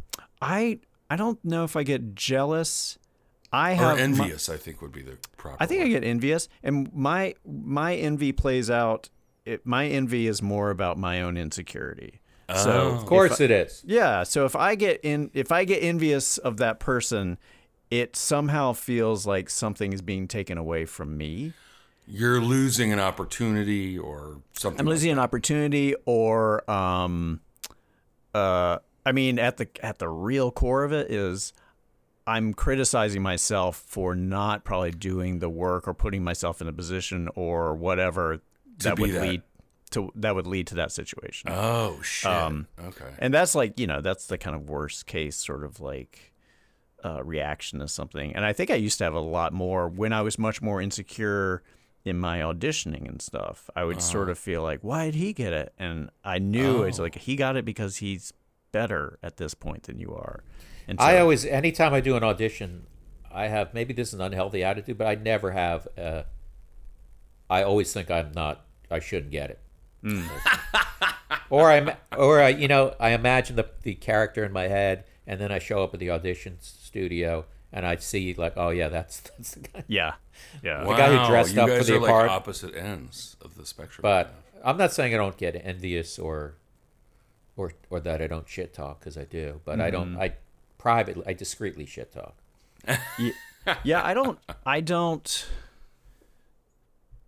[SPEAKER 2] i i don't know if i get jealous i
[SPEAKER 4] Or
[SPEAKER 2] have my-
[SPEAKER 4] envious, I think would be the proper.
[SPEAKER 2] I think I
[SPEAKER 4] word.
[SPEAKER 2] get envious, and my my envy plays out. It, my envy is more about my own insecurity.
[SPEAKER 4] Oh.
[SPEAKER 2] So
[SPEAKER 1] Of course it is.
[SPEAKER 2] yeah, so if I get in, if I get envious of that person, it somehow feels like something is being taken away from me.
[SPEAKER 4] You're losing an opportunity or something.
[SPEAKER 2] I'm losing an opportunity, or um, uh, I mean, at the at the real core of it is, I'm criticizing myself for not probably doing the work or putting myself in a position or whatever that
[SPEAKER 4] be
[SPEAKER 2] would
[SPEAKER 4] that.
[SPEAKER 2] lead to that would lead to that situation.
[SPEAKER 4] Oh shit.
[SPEAKER 2] Um,
[SPEAKER 4] okay.
[SPEAKER 2] And that's like, you know, that's the kind of worst case sort of like uh, reaction to something. And I think I used to have a lot more when I was much more insecure in my auditioning and stuff. I would sort of feel like, why did he get it? And I knew it's like he got it because he's better at this point than you are. And so,
[SPEAKER 1] I always, anytime I do an audition, I have maybe this is an unhealthy attitude, but I never have. Uh, I always think I'm not. I shouldn't get it. (laughs) or I'm, or I, you know, I imagine the the character in my head, and then I show up at the audition studio, and I see like, oh yeah, that's (laughs) that's the guy.
[SPEAKER 2] yeah. Yeah.
[SPEAKER 4] wow,
[SPEAKER 1] guy who dressed
[SPEAKER 4] you
[SPEAKER 1] up for
[SPEAKER 4] guys
[SPEAKER 1] the
[SPEAKER 4] are like
[SPEAKER 1] apart-
[SPEAKER 4] opposite ends of the spectrum.
[SPEAKER 1] But I'm not saying I don't get envious or, or or that I don't shit talk because I do, but I don't. I privately, I discreetly shit talk.
[SPEAKER 2] yeah i don't i don't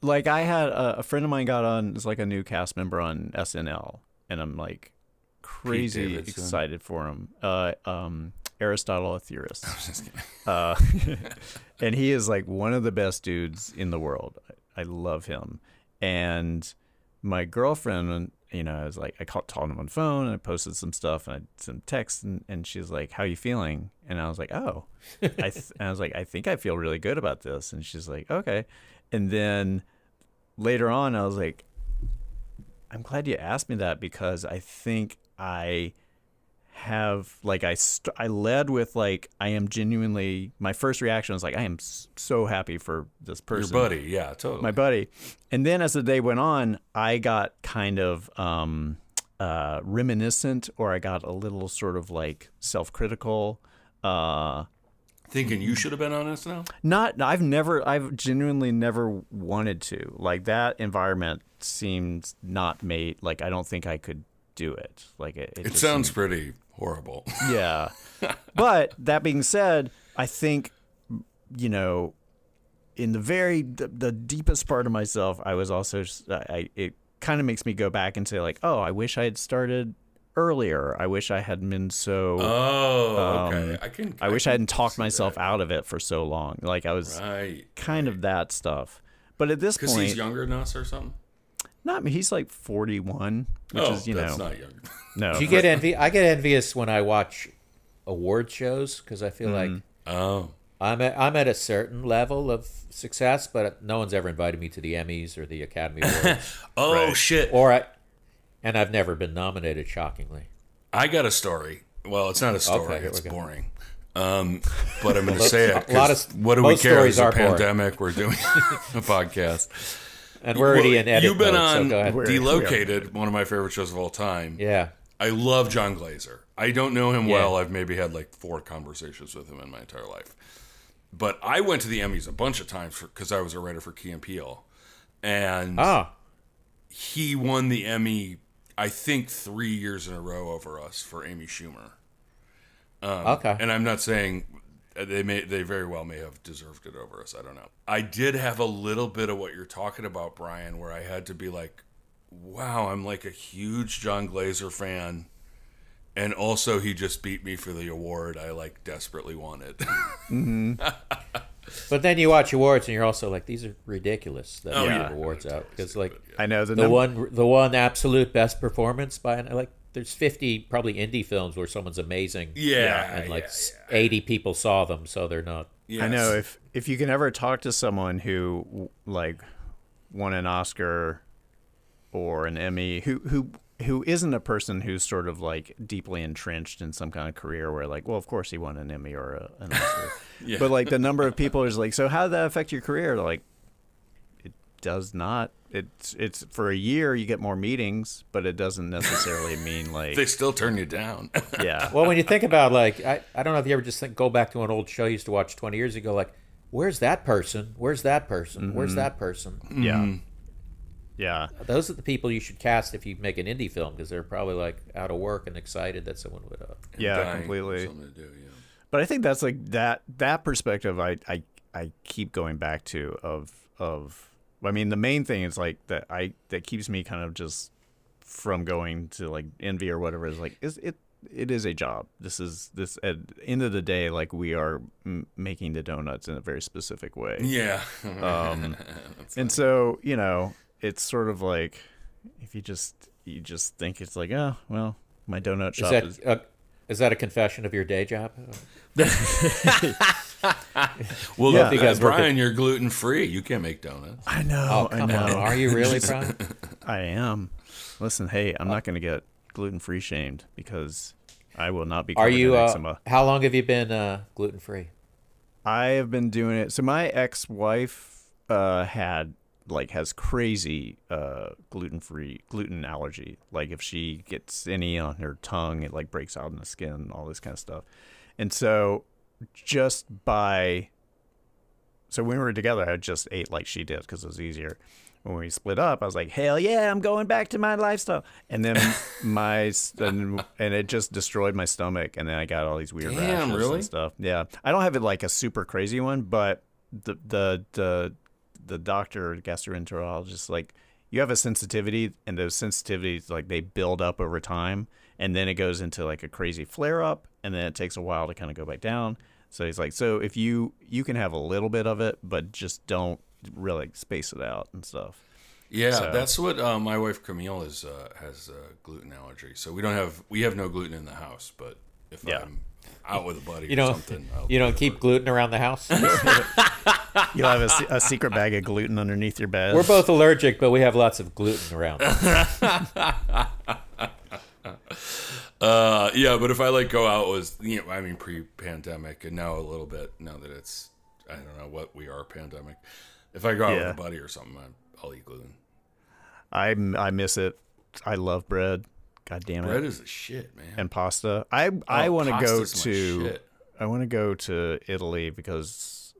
[SPEAKER 2] like i had a, a friend of mine got on as like a new cast member on snl and i'm like crazy
[SPEAKER 4] Davidson.
[SPEAKER 2] excited for him uh um aristotle a theorist uh (laughs) and he is like one of the best dudes in the world i, I love him and my girlfriend you know i was like i called told him on the phone and i posted some stuff and I, some text and, and she's like how you feeling and i was like oh I, th- and I was like, I think I feel really good about this. And she's like, okay. And then later on, I was like, I'm glad you asked me that because I think I have like I st- I led with like I am genuinely my first reaction was like I am s- so happy for this
[SPEAKER 4] your
[SPEAKER 2] person
[SPEAKER 4] buddy, yeah, totally.
[SPEAKER 2] my buddy. And then as the day went on, I got kind of um, uh, reminiscent, or I got a little sort of like self-critical. Uh,
[SPEAKER 4] Thinking you should have been on SNL.
[SPEAKER 2] not, I've never, I've genuinely never wanted to. Like that environment seemed not made. Like I don't think I could do it. Like it.
[SPEAKER 4] It
[SPEAKER 2] just
[SPEAKER 4] sounds pretty horrible. (laughs)
[SPEAKER 2] yeah. But that being said, I think, you know, in the very the, the deepest part of myself, I was also s- I I- it kind of makes me go back and say like, oh, I wish I had started earlier. I wish I had been so.
[SPEAKER 4] Oh, okay. I can.
[SPEAKER 2] Um, I wish I
[SPEAKER 4] can
[SPEAKER 2] hadn't talked
[SPEAKER 4] see
[SPEAKER 2] myself
[SPEAKER 4] that.
[SPEAKER 2] out of it for so long. Like I was
[SPEAKER 4] Right.
[SPEAKER 2] kind of that stuff. But at this
[SPEAKER 4] Because he's
[SPEAKER 2] point,
[SPEAKER 4] younger than us or something.
[SPEAKER 2] not he's like forty one, which
[SPEAKER 4] oh,
[SPEAKER 2] is you
[SPEAKER 4] that's
[SPEAKER 2] know
[SPEAKER 4] not young.
[SPEAKER 2] no.
[SPEAKER 1] Do you get envy? I get envious when I watch award shows because I feel like
[SPEAKER 4] (laughs) oh,
[SPEAKER 1] I'm at, I'm at a certain level of success, but no one's ever invited me to the Emmys or the
[SPEAKER 4] (laughs)
[SPEAKER 1] Academy Awards,
[SPEAKER 4] oh shit!
[SPEAKER 1] or I, and I've never been nominated. Shockingly,
[SPEAKER 4] I got a story. Well, it's not a story.
[SPEAKER 1] here we
[SPEAKER 4] it's
[SPEAKER 1] go.
[SPEAKER 4] boring. Um, but I'm going to say it.
[SPEAKER 1] a lot
[SPEAKER 4] 'cause
[SPEAKER 1] of-
[SPEAKER 4] what do we
[SPEAKER 1] most
[SPEAKER 4] care? It's
[SPEAKER 1] stories
[SPEAKER 4] a
[SPEAKER 1] are boring.
[SPEAKER 4] pandemic. We're doing (laughs) a podcast.
[SPEAKER 1] and we're already in edit
[SPEAKER 4] You've been
[SPEAKER 1] mode, so
[SPEAKER 4] on
[SPEAKER 1] go ahead.
[SPEAKER 2] We're-
[SPEAKER 4] Delocated, one of my favorite shows of all time.
[SPEAKER 1] yeah,
[SPEAKER 4] I love John Glazer. I don't know him well. I've maybe had like four conversations with him in my entire life. But I went to the Emmys a bunch of times because I was a writer for Key and Peele. And
[SPEAKER 1] ah,
[SPEAKER 4] he won the Emmy, I think, three years in a row over us for Amy Schumer.
[SPEAKER 1] okay,
[SPEAKER 4] um, And I'm not saying uh, they may they very well may have deserved it over us. I don't know. I did have a little bit of what you're talking about, Brian, where I had to be like, "Wow, I'm like a huge John Glazer fan." And also, he just beat me for the award I like
[SPEAKER 2] (laughs)
[SPEAKER 4] desperately wanted.
[SPEAKER 1] but then you watch awards and you're also like, these are ridiculous that
[SPEAKER 4] Oh,
[SPEAKER 1] they
[SPEAKER 4] yeah.
[SPEAKER 1] give awards out because like
[SPEAKER 2] I know the,
[SPEAKER 1] the
[SPEAKER 2] num-
[SPEAKER 1] one the one absolute best performance by an like there's 50 probably indie films where someone's amazing
[SPEAKER 4] Yeah,
[SPEAKER 1] and like
[SPEAKER 4] yeah,
[SPEAKER 1] s 80 people saw them so they're not
[SPEAKER 4] Yes.
[SPEAKER 2] I know if if you can ever talk to someone who w- like won an Oscar or an Emmy who who who isn't a person who's sort of like deeply entrenched in some kind of career where like well of course he won an Emmy or a, an Oscar but like the number of people is like so how did that affect your career They're like it does not it's it's for a year you get more meetings but it doesn't necessarily mean like
[SPEAKER 4] (laughs) they still turn you down. (laughs)
[SPEAKER 1] (laughs)
[SPEAKER 2] yeah
[SPEAKER 1] well when you think about like I, I don't know if you ever just think go back to an old show you used to watch 20 years ago like where's that person where's that person where's
[SPEAKER 2] Mm-hmm.
[SPEAKER 1] that person
[SPEAKER 2] yeah yeah
[SPEAKER 1] those are the people you should cast if you make an indie film because they're probably like out of work and excited that someone would uh,
[SPEAKER 2] yeah
[SPEAKER 4] Dying,
[SPEAKER 2] completely
[SPEAKER 4] Something to do, yeah.
[SPEAKER 2] But I think that's like that that perspective I I, I keep going back to of of I mean the main thing is like that I that keeps me kind of just from going to like envy or whatever is like is it it is a job. This is this at the end of the day, like we are m- making the donuts in a very specific way,
[SPEAKER 4] Yeah.
[SPEAKER 2] Um, and so you know, it's sort of like if you just you just think it's like, oh well, my donut
[SPEAKER 1] Is
[SPEAKER 2] shop
[SPEAKER 1] that
[SPEAKER 2] is Oh,
[SPEAKER 1] a, is that a confession of your day job?
[SPEAKER 4] (laughs) well, uh,
[SPEAKER 2] Yeah.
[SPEAKER 1] You guys work
[SPEAKER 4] Brian, you're gluten free. You can't make donuts.
[SPEAKER 2] I know,
[SPEAKER 1] Oh, come on. Are you
[SPEAKER 2] (laughs)
[SPEAKER 1] really, Brian?
[SPEAKER 2] I am. Listen, hey, I'm not going to get gluten free shamed because I will not be.
[SPEAKER 1] Are
[SPEAKER 2] covered
[SPEAKER 1] you?
[SPEAKER 2] In
[SPEAKER 1] Uh,
[SPEAKER 2] eczema.
[SPEAKER 1] how long have you been uh, gluten free?
[SPEAKER 2] I have been doing it. So my ex-wife uh, had like has crazy uh, gluten-free gluten allergy. Like if she gets any on her tongue, it like breaks out in the skin, all this kind of stuff. And so just by so when we were together, I just ate like she did because it was easier. When we split up, I was like, "Hell yeah, I'm going back to my lifestyle." And
[SPEAKER 4] (laughs)
[SPEAKER 2] then my s- and, and it just destroyed my stomach, and then I got all these weird
[SPEAKER 4] Damn,
[SPEAKER 2] rashes
[SPEAKER 4] really?
[SPEAKER 2] and stuff. Yeah, I don't have it like a super crazy one, but the the the the doctor gastroenterologist like you have a sensitivity, and those sensitivities like they build up over time, and then it goes into like a crazy flare up, and then it takes a while to kind of go back down. So he's like, so if you you can have a little bit of it, but just don't really space it out and stuff.
[SPEAKER 4] Yeah,
[SPEAKER 2] So-
[SPEAKER 4] that's what uh, my wife Camille is uh, has a gluten allergy. So we don't have we have no gluten in the house. But if
[SPEAKER 2] Yeah.
[SPEAKER 4] I'm out with a buddy
[SPEAKER 1] You
[SPEAKER 4] or
[SPEAKER 1] know,
[SPEAKER 4] something, I'll
[SPEAKER 1] you don't keep gluten around the house. (laughs)
[SPEAKER 2] You'll have a, se- a secret bag of gluten underneath your bed.
[SPEAKER 1] We're both allergic, but we have lots of gluten
[SPEAKER 4] (laughs)
[SPEAKER 1] around.
[SPEAKER 4] Uh, yeah, but if I like go out was you know, I mean pre-pandemic and now a little bit now that it's I don't know what we are pandemic. If I go out
[SPEAKER 2] Yeah.
[SPEAKER 4] with a buddy or something, I- I'll eat gluten.
[SPEAKER 2] I m- I miss it. I love bread. God damn it.
[SPEAKER 4] Bread is a shit, man.
[SPEAKER 2] and pasta. I I
[SPEAKER 4] Oh,
[SPEAKER 2] want to go
[SPEAKER 4] pasta's my
[SPEAKER 2] to
[SPEAKER 4] shit.
[SPEAKER 2] I want to go to Italy because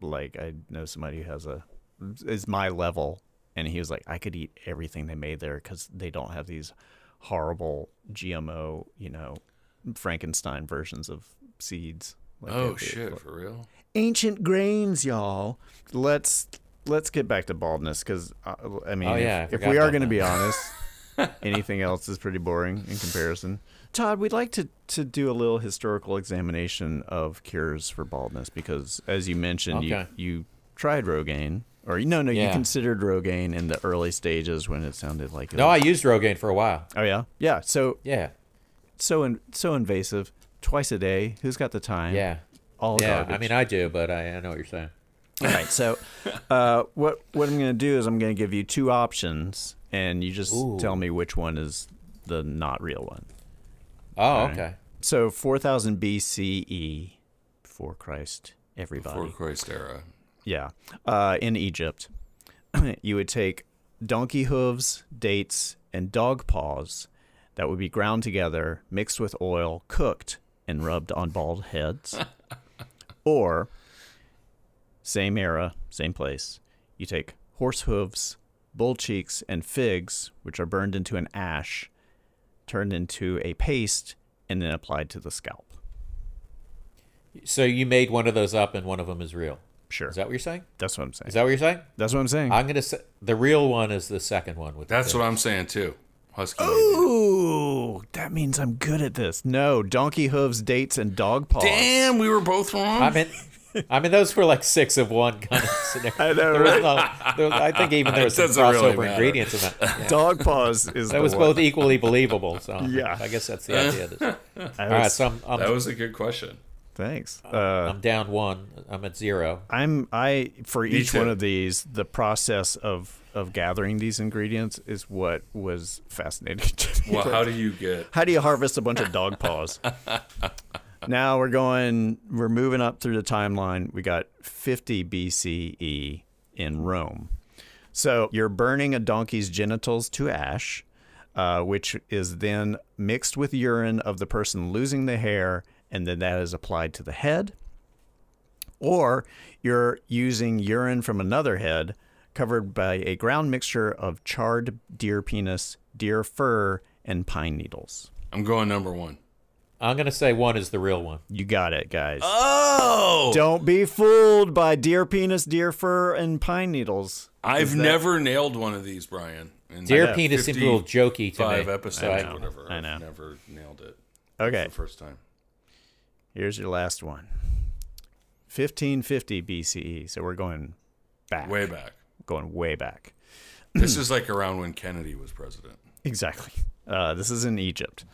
[SPEAKER 2] like I know somebody who has a is my level and he was like I could eat everything they made there cuz they don't have these horrible GMO, you know, Frankenstein versions of seeds. Like
[SPEAKER 4] oh
[SPEAKER 2] they- they-
[SPEAKER 4] shit, for real?
[SPEAKER 2] Ancient grains, y'all. Let's let's get back to baldness cuz uh, I mean
[SPEAKER 1] Oh,
[SPEAKER 2] if-
[SPEAKER 1] yeah, I
[SPEAKER 2] if
[SPEAKER 1] forgot
[SPEAKER 2] we are
[SPEAKER 1] about
[SPEAKER 2] going to
[SPEAKER 1] that.
[SPEAKER 2] be honest
[SPEAKER 1] (laughs)
[SPEAKER 2] anything else is pretty boring in comparison. Todd, we'd like to, to do a little historical examination of cures for baldness because, as you mentioned,
[SPEAKER 1] Okay.
[SPEAKER 2] you, you tried Rogaine, or no, no, you
[SPEAKER 1] Yeah.
[SPEAKER 2] considered Rogaine in the early stages when it sounded like it
[SPEAKER 1] No, I
[SPEAKER 2] was-
[SPEAKER 1] used Rogaine for a while.
[SPEAKER 2] oh yeah, yeah. So
[SPEAKER 1] Yeah,
[SPEAKER 2] so in, so invasive, twice a day. Who's got the time?
[SPEAKER 1] yeah,
[SPEAKER 2] all
[SPEAKER 1] yeah.
[SPEAKER 2] garbage.
[SPEAKER 1] I mean, I do, but I, I know what you're saying.
[SPEAKER 2] All right. So, uh, what what I'm going to do is I'm going to give you two options, and you just tell me which one is the not real one.
[SPEAKER 1] Oh, okay.
[SPEAKER 2] So 4000 BCE, E, before Christ, everybody.
[SPEAKER 4] For Christ era.
[SPEAKER 2] Yeah. Uh, in Egypt, (clears throat) you would take donkey hooves, dates, and dog paws that would be ground together, mixed with oil, cooked, and rubbed on
[SPEAKER 1] (laughs)
[SPEAKER 2] bald heads. or, same era, same place, you take horse hooves, bull cheeks, and figs, which are burned into an ash, turned into a paste, and then applied to the scalp.
[SPEAKER 1] So you made one of those up, and one of them is real.
[SPEAKER 2] Sure.
[SPEAKER 1] Is that what you're saying?
[SPEAKER 2] That's what I'm saying.
[SPEAKER 1] Is that what you're saying?
[SPEAKER 2] That's what I'm saying.
[SPEAKER 1] I'm gonna say the real one is the second one with
[SPEAKER 4] That's
[SPEAKER 1] the,
[SPEAKER 4] what I'm saying too. Husky.
[SPEAKER 2] Ooh, that means I'm good at this. No, donkey hooves, dates, and dog paws.
[SPEAKER 4] Damn, we were both wrong.
[SPEAKER 1] I'm in. I mean, those were like six of one kind of (laughs) scenario. I
[SPEAKER 2] know,
[SPEAKER 1] there was no, there was, I think even there was some
[SPEAKER 4] doesn't really
[SPEAKER 1] crossover
[SPEAKER 4] matter.
[SPEAKER 1] ingredients in that. Yeah.
[SPEAKER 2] (laughs)
[SPEAKER 4] (laughs)
[SPEAKER 2] Dog paws is
[SPEAKER 1] That was both equally believable. So
[SPEAKER 2] Yeah.
[SPEAKER 1] I guess that's the idea. Of
[SPEAKER 4] (laughs)
[SPEAKER 1] this.
[SPEAKER 2] I
[SPEAKER 1] All right,
[SPEAKER 2] was-
[SPEAKER 1] so I'm, I'm,
[SPEAKER 4] that was a good question.
[SPEAKER 2] Thanks. Uh,
[SPEAKER 1] I'm down one. I'm at zero.
[SPEAKER 2] I'm I for each
[SPEAKER 4] too.
[SPEAKER 2] one of these, the process of of gathering these ingredients is what was fascinating (laughs) to me.
[SPEAKER 4] Well, how do you get
[SPEAKER 2] How do you harvest a bunch of dog paws? now we're going, we're moving up through the timeline. We got 50 BCE E in Rome. So you're burning a donkey's genitals to ash, uh, which is then mixed with urine of the person losing the hair, and then that is applied to the head. Or you're using urine from another head covered by a ground mixture of charred deer penis, deer fur, and pine needles.
[SPEAKER 4] I'm going number one.
[SPEAKER 1] I'm gonna say one is the real one.
[SPEAKER 2] You got it, guys.
[SPEAKER 4] Oh
[SPEAKER 2] Don't be fooled by deer penis, deer fur, and pine needles.
[SPEAKER 4] I've never nailed one of these, Brian. In
[SPEAKER 1] Deer
[SPEAKER 4] like
[SPEAKER 1] penis seemed a little jokey to me.
[SPEAKER 4] five
[SPEAKER 1] so
[SPEAKER 4] episodes,
[SPEAKER 1] I-
[SPEAKER 4] whatever.
[SPEAKER 2] I
[SPEAKER 4] I've
[SPEAKER 2] know.
[SPEAKER 4] never nailed it.
[SPEAKER 2] Okay.
[SPEAKER 4] the first time.
[SPEAKER 2] Here's your last one. 1550 BCE. E, So we're going back.
[SPEAKER 4] Way back.
[SPEAKER 2] Going way back.
[SPEAKER 4] This is like around when Kennedy was president.
[SPEAKER 2] Exactly. Uh, this is in Egypt.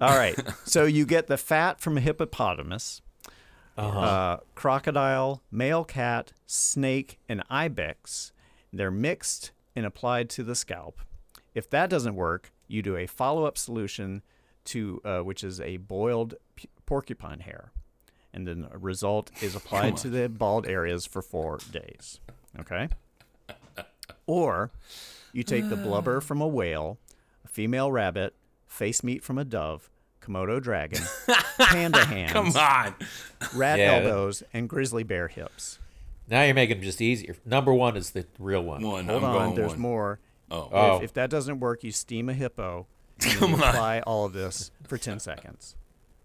[SPEAKER 2] All right. so you get the fat from a hippopotamus, uh, crocodile, male cat, snake, and ibex. They're mixed and applied to the scalp. If that doesn't work, you do a follow-up solution to uh, which is a boiled p- porcupine hair, and then a result is applied to the bald areas for four days. Okay. Or you take the blubber from a whale, a female rabbit, face meat from a dove, Komodo dragon, panda hands,
[SPEAKER 4] on.
[SPEAKER 2] rat
[SPEAKER 1] Yeah, that-
[SPEAKER 2] elbows, and grizzly bear hips.
[SPEAKER 1] Now you're making them just easier. Number one is the real one.
[SPEAKER 4] One.
[SPEAKER 2] Hold
[SPEAKER 4] I'm
[SPEAKER 2] on,
[SPEAKER 4] going
[SPEAKER 2] there's
[SPEAKER 4] one.
[SPEAKER 2] more.
[SPEAKER 4] Oh.
[SPEAKER 1] Oh.
[SPEAKER 2] If, if that doesn't work, you steam a hippo
[SPEAKER 4] (laughs)
[SPEAKER 2] and then you apply all of this for 10 seconds.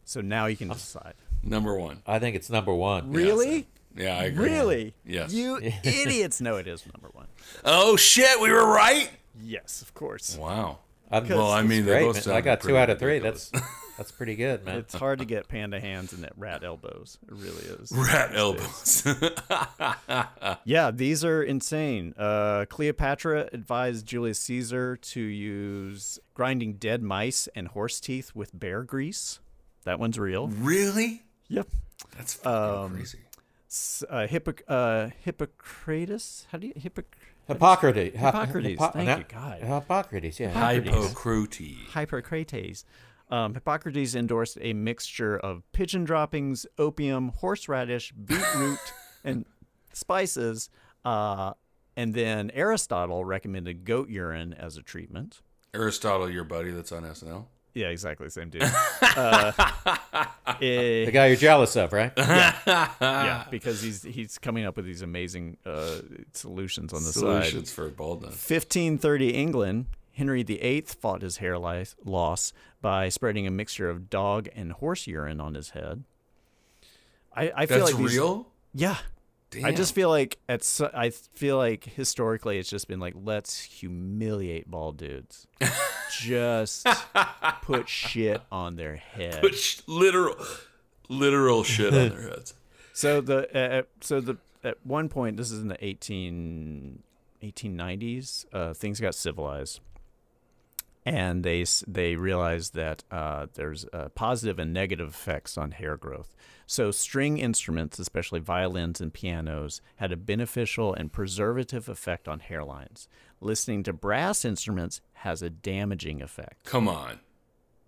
[SPEAKER 2] So now you can decide.
[SPEAKER 4] Number one.
[SPEAKER 1] I think it's number one.
[SPEAKER 2] Really?
[SPEAKER 4] Yeah, I agree.
[SPEAKER 2] Really? (laughs)
[SPEAKER 4] Yes.
[SPEAKER 2] You idiots. No, it is number one.
[SPEAKER 4] Oh shit, we were right.
[SPEAKER 2] Yes, of course.
[SPEAKER 4] Wow.
[SPEAKER 1] I'm-
[SPEAKER 4] Well, I
[SPEAKER 1] it's
[SPEAKER 4] mean, they
[SPEAKER 1] great,
[SPEAKER 4] both
[SPEAKER 1] man. I
[SPEAKER 4] sounded
[SPEAKER 1] got two
[SPEAKER 4] pretty
[SPEAKER 1] out of three.
[SPEAKER 4] ridiculous.
[SPEAKER 1] That's (laughs) that's pretty good, man.
[SPEAKER 2] It's hard to get panda hands and rat elbows. It really is.
[SPEAKER 4] (laughs) Rat elbows.
[SPEAKER 2] Yeah, these are insane. Uh, Cleopatra advised Julius Caesar to use grinding dead mice and horse teeth with bear grease. That one's real.
[SPEAKER 4] (laughs) really?
[SPEAKER 2] Yep.
[SPEAKER 4] That's fucking crazy.
[SPEAKER 2] S- Uh, Hippoc- uh, Hippocrates? How do you Hippoc-
[SPEAKER 1] Hippocrates. Hi-
[SPEAKER 2] Hippocrates,
[SPEAKER 1] Hippo-
[SPEAKER 2] thank
[SPEAKER 1] no,
[SPEAKER 2] you, God.
[SPEAKER 1] Hippocrates. Yeah.
[SPEAKER 4] Hypocrote.
[SPEAKER 2] Hippocrates? Um, Hippocrates endorsed a mixture of pigeon droppings, opium, horseradish, beetroot, and spices. Uh, and then Aristotle recommended goat urine as a treatment.
[SPEAKER 4] Aristotle, your buddy that's on SNL.
[SPEAKER 2] Yeah, exactly. Same dude. Uh, eh,
[SPEAKER 1] The guy you're jealous of,
[SPEAKER 4] (laughs)
[SPEAKER 1] right?
[SPEAKER 2] yeah, because he's he's coming up with these amazing uh, solutions on the side.
[SPEAKER 4] Solutions for baldness.
[SPEAKER 2] 1530 England, Henry VIII fought his hair li- loss by spreading a mixture of dog and horse urine on his head. I, I feel
[SPEAKER 4] That's
[SPEAKER 2] like these-
[SPEAKER 4] real.
[SPEAKER 2] Yeah,
[SPEAKER 4] Damn.
[SPEAKER 2] I just feel like at so, I feel like historically it's just been like let's humiliate bald
[SPEAKER 4] (laughs)
[SPEAKER 2] dudes, just put shit on their head.
[SPEAKER 4] But sh- literal, literal shit on
[SPEAKER 2] (laughs)
[SPEAKER 4] their heads.
[SPEAKER 2] So the uh, at- so the at one point this is in the 18 1890s uh, things got civilized and they s- they realized that uh, there's uh, positive and negative effects on hair growth. So string instruments, especially violins and pianos, had a beneficial and preservative effect on hairlines. Listening to brass instruments has a damaging effect.
[SPEAKER 4] Come on.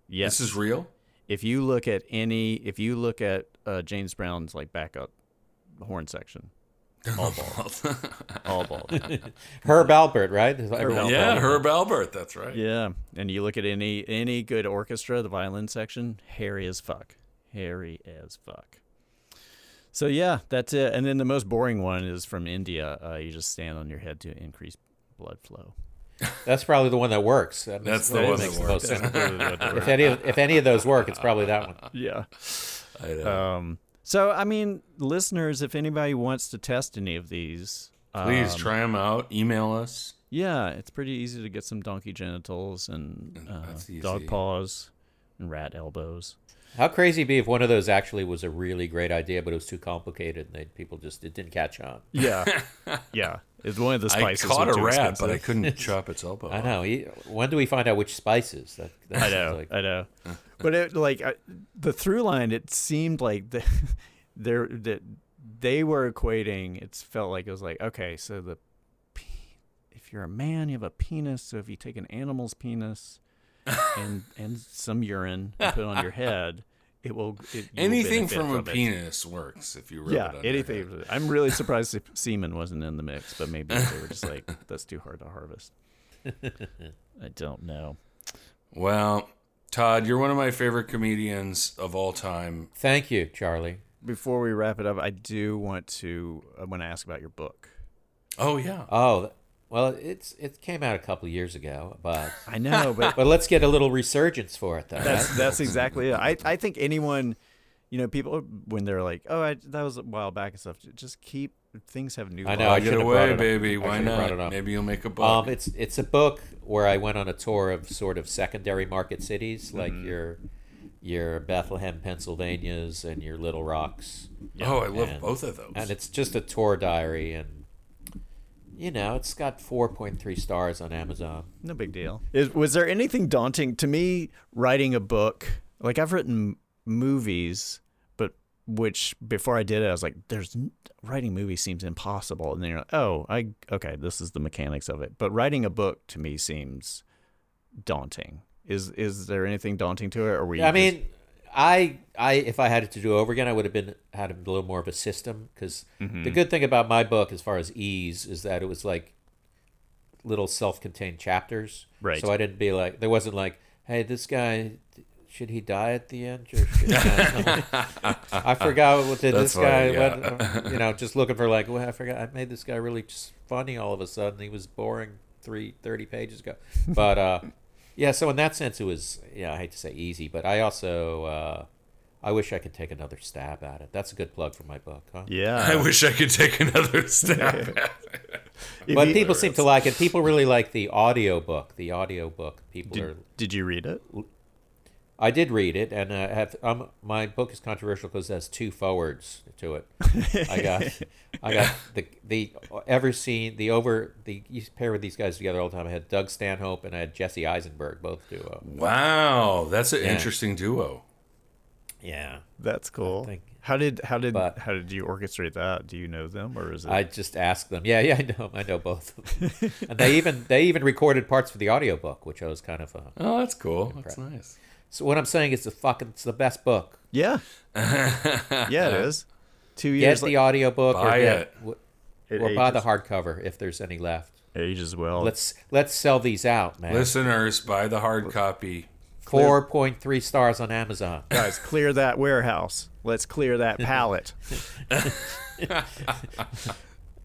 [SPEAKER 2] Yes
[SPEAKER 4] This is real.
[SPEAKER 2] if you look at any if you look at uh, james brown's like backup horn section all
[SPEAKER 4] (laughs)
[SPEAKER 2] bald all bald
[SPEAKER 1] Herb Albert, right? Herb
[SPEAKER 4] yeah, Herb Albert. That's right.
[SPEAKER 2] yeah and you look at any any good orchestra the violin section hairy as fuck hairy as fuck so yeah that's it and then the most boring one is from india uh, you just stand on your head to increase blood flow
[SPEAKER 1] That's probably the one that works. That
[SPEAKER 4] That's
[SPEAKER 1] makes-
[SPEAKER 4] the
[SPEAKER 1] that
[SPEAKER 4] one
[SPEAKER 1] makes
[SPEAKER 4] that
[SPEAKER 1] the most sense. if any of, if any of those work, it's probably that one.
[SPEAKER 2] (laughs) yeah Um,
[SPEAKER 4] I know.
[SPEAKER 2] so i mean listeners if anybody wants to test any of these
[SPEAKER 4] Please
[SPEAKER 2] um,
[SPEAKER 4] try them out. Email us.
[SPEAKER 2] Yeah, it's pretty easy to get some donkey genitals and
[SPEAKER 1] Mm,
[SPEAKER 4] that's
[SPEAKER 2] uh,
[SPEAKER 4] easy.
[SPEAKER 2] dog paws and rat elbows.
[SPEAKER 1] How crazy it'd be if one of those actually was a really great idea, but it was too complicated and they, people just it didn't catch on.
[SPEAKER 4] (laughs)
[SPEAKER 2] Yeah, yeah. It's one of the
[SPEAKER 4] I
[SPEAKER 2] spices.
[SPEAKER 4] caught
[SPEAKER 2] were
[SPEAKER 4] a
[SPEAKER 2] too
[SPEAKER 4] rat,
[SPEAKER 2] expensive.
[SPEAKER 4] but (laughs)
[SPEAKER 2] (laughs)
[SPEAKER 4] I couldn't chop its elbow.
[SPEAKER 1] I know. e- When do we find out which spices? That, that
[SPEAKER 2] Oh. I know,
[SPEAKER 1] seems like-
[SPEAKER 2] I know. (laughs) But it like I, the through line, it seemed like the, (laughs) there that they were equating. It felt like it was like okay, so the pe- if you're a man, you have a penis. So if you take an animal's
[SPEAKER 4] (laughs)
[SPEAKER 2] penis and and some urine and put it on your head, it will it, you will
[SPEAKER 4] Anything
[SPEAKER 2] benefit
[SPEAKER 4] from a
[SPEAKER 2] it.
[SPEAKER 4] penis works if you rub it
[SPEAKER 2] Yeah,
[SPEAKER 4] on your
[SPEAKER 2] anything.
[SPEAKER 4] head.
[SPEAKER 2] with it. I'm really surprised if semen wasn't in the mix, but maybe they were just
[SPEAKER 4] (laughs)
[SPEAKER 2] like, that's too hard to harvest. (laughs) I don't know.
[SPEAKER 4] Well, Todd, you're one of my favorite comedians of all time.
[SPEAKER 1] Thank you, Charlie.
[SPEAKER 2] Before we wrap it up, I do want to I want to ask about your book.
[SPEAKER 4] Oh yeah.
[SPEAKER 1] Oh, th- well, it's it came out a couple of years ago, but
[SPEAKER 2] I know, but
[SPEAKER 1] but let's get a little resurgence for it though.
[SPEAKER 2] (laughs) that's that's exactly it. I I think anyone, you know, people when they're like, oh, I, that was a while back and stuff. Just keep things have new.
[SPEAKER 1] I know,
[SPEAKER 2] life.
[SPEAKER 1] I
[SPEAKER 4] Get
[SPEAKER 1] should've brought it
[SPEAKER 4] away,
[SPEAKER 1] up.
[SPEAKER 4] baby.
[SPEAKER 1] I
[SPEAKER 4] Why
[SPEAKER 1] should've brought it
[SPEAKER 4] not?
[SPEAKER 1] up.
[SPEAKER 4] Maybe you'll make a book.
[SPEAKER 1] Um, it's
[SPEAKER 2] Mm-hmm.
[SPEAKER 1] it's a book where I went on a tour of sort of secondary market cities, like your your Bethlehem, Pennsylvania's, and your Little Rocks.
[SPEAKER 4] oh, I love
[SPEAKER 1] and-
[SPEAKER 4] both of those.
[SPEAKER 1] And it's just a tour diary, and you know it's got 4.3 stars on Amazon.
[SPEAKER 2] No big deal. Is, was there anything daunting to me writing a book? Like I've written movies, but which before I did it, I was like, "There's n- writing movies seems impossible." And then you're like, "Oh, I okay, this is the mechanics of it." But writing a book to me seems daunting. Is is there anything daunting to it, or were you?
[SPEAKER 1] I
[SPEAKER 2] just-
[SPEAKER 1] mean, I, I, if I had it to do over again, I would have been had a little more of a system because
[SPEAKER 2] Mm-hmm.
[SPEAKER 1] the good thing about my book, as far as ease, is that it was like little self-contained chapters.
[SPEAKER 2] Right.
[SPEAKER 1] So I didn't be like there wasn't like, hey, this guy, should he die at the end? Or should he
[SPEAKER 2] (laughs)
[SPEAKER 1] die? I forgot what did this
[SPEAKER 4] That's
[SPEAKER 1] guy,
[SPEAKER 4] funny,
[SPEAKER 1] what, you know, just looking for like, well, I forgot I made this guy really just funny all of a sudden. He was boring three thirty pages ago, but. uh yeah, so in that sense, it was yeah. I hate to say easy, but I also uh, I wish I could take another stab at it. That's a good plug for my book, huh?
[SPEAKER 4] I
[SPEAKER 2] yeah,
[SPEAKER 4] wish I could take another (laughs) stab. at it.
[SPEAKER 1] But
[SPEAKER 2] If you-
[SPEAKER 1] people seem to like it. People really like the audio book. The audio book. People are.
[SPEAKER 2] did, did you read it?
[SPEAKER 1] I did read it, and uh, have um, my book is controversial because it has two forwards to it. I got, I
[SPEAKER 2] (laughs)
[SPEAKER 1] got the the ever seen the over the you pair with these guys together all the time. I had Doug Stanhope and I had Jesse Eisenberg, both um, duo.
[SPEAKER 4] wow, that's an interesting duo.
[SPEAKER 1] Yeah, (laughs)
[SPEAKER 2] That's cool.
[SPEAKER 1] think-
[SPEAKER 2] How did how did
[SPEAKER 1] But-
[SPEAKER 2] how did you orchestrate that? Do you know them, or is it?
[SPEAKER 1] I just asked them. Yeah, yeah, I know, I know both. of
[SPEAKER 2] (laughs)
[SPEAKER 1] them. and they even they even recorded parts for the audiobook, which I was kind of. Uh,
[SPEAKER 4] Oh, that's cool. That's nice.
[SPEAKER 1] so what I'm saying is the fucking it's the best book. (laughs)
[SPEAKER 2] yeah, yeah, it is. Two
[SPEAKER 1] Get
[SPEAKER 2] years
[SPEAKER 1] the audiobook
[SPEAKER 4] Buy
[SPEAKER 1] or get,
[SPEAKER 4] it.
[SPEAKER 1] w-
[SPEAKER 2] It
[SPEAKER 1] or buy the
[SPEAKER 2] ages.
[SPEAKER 1] hardcover if there's any left.
[SPEAKER 2] age as well.
[SPEAKER 1] Let's let's sell these out, man.
[SPEAKER 4] Listeners, buy the hard copy.
[SPEAKER 1] Four point three stars on Amazon.
[SPEAKER 2] guys, clear that warehouse. Let's clear
[SPEAKER 4] (laughs)
[SPEAKER 2] that pallet.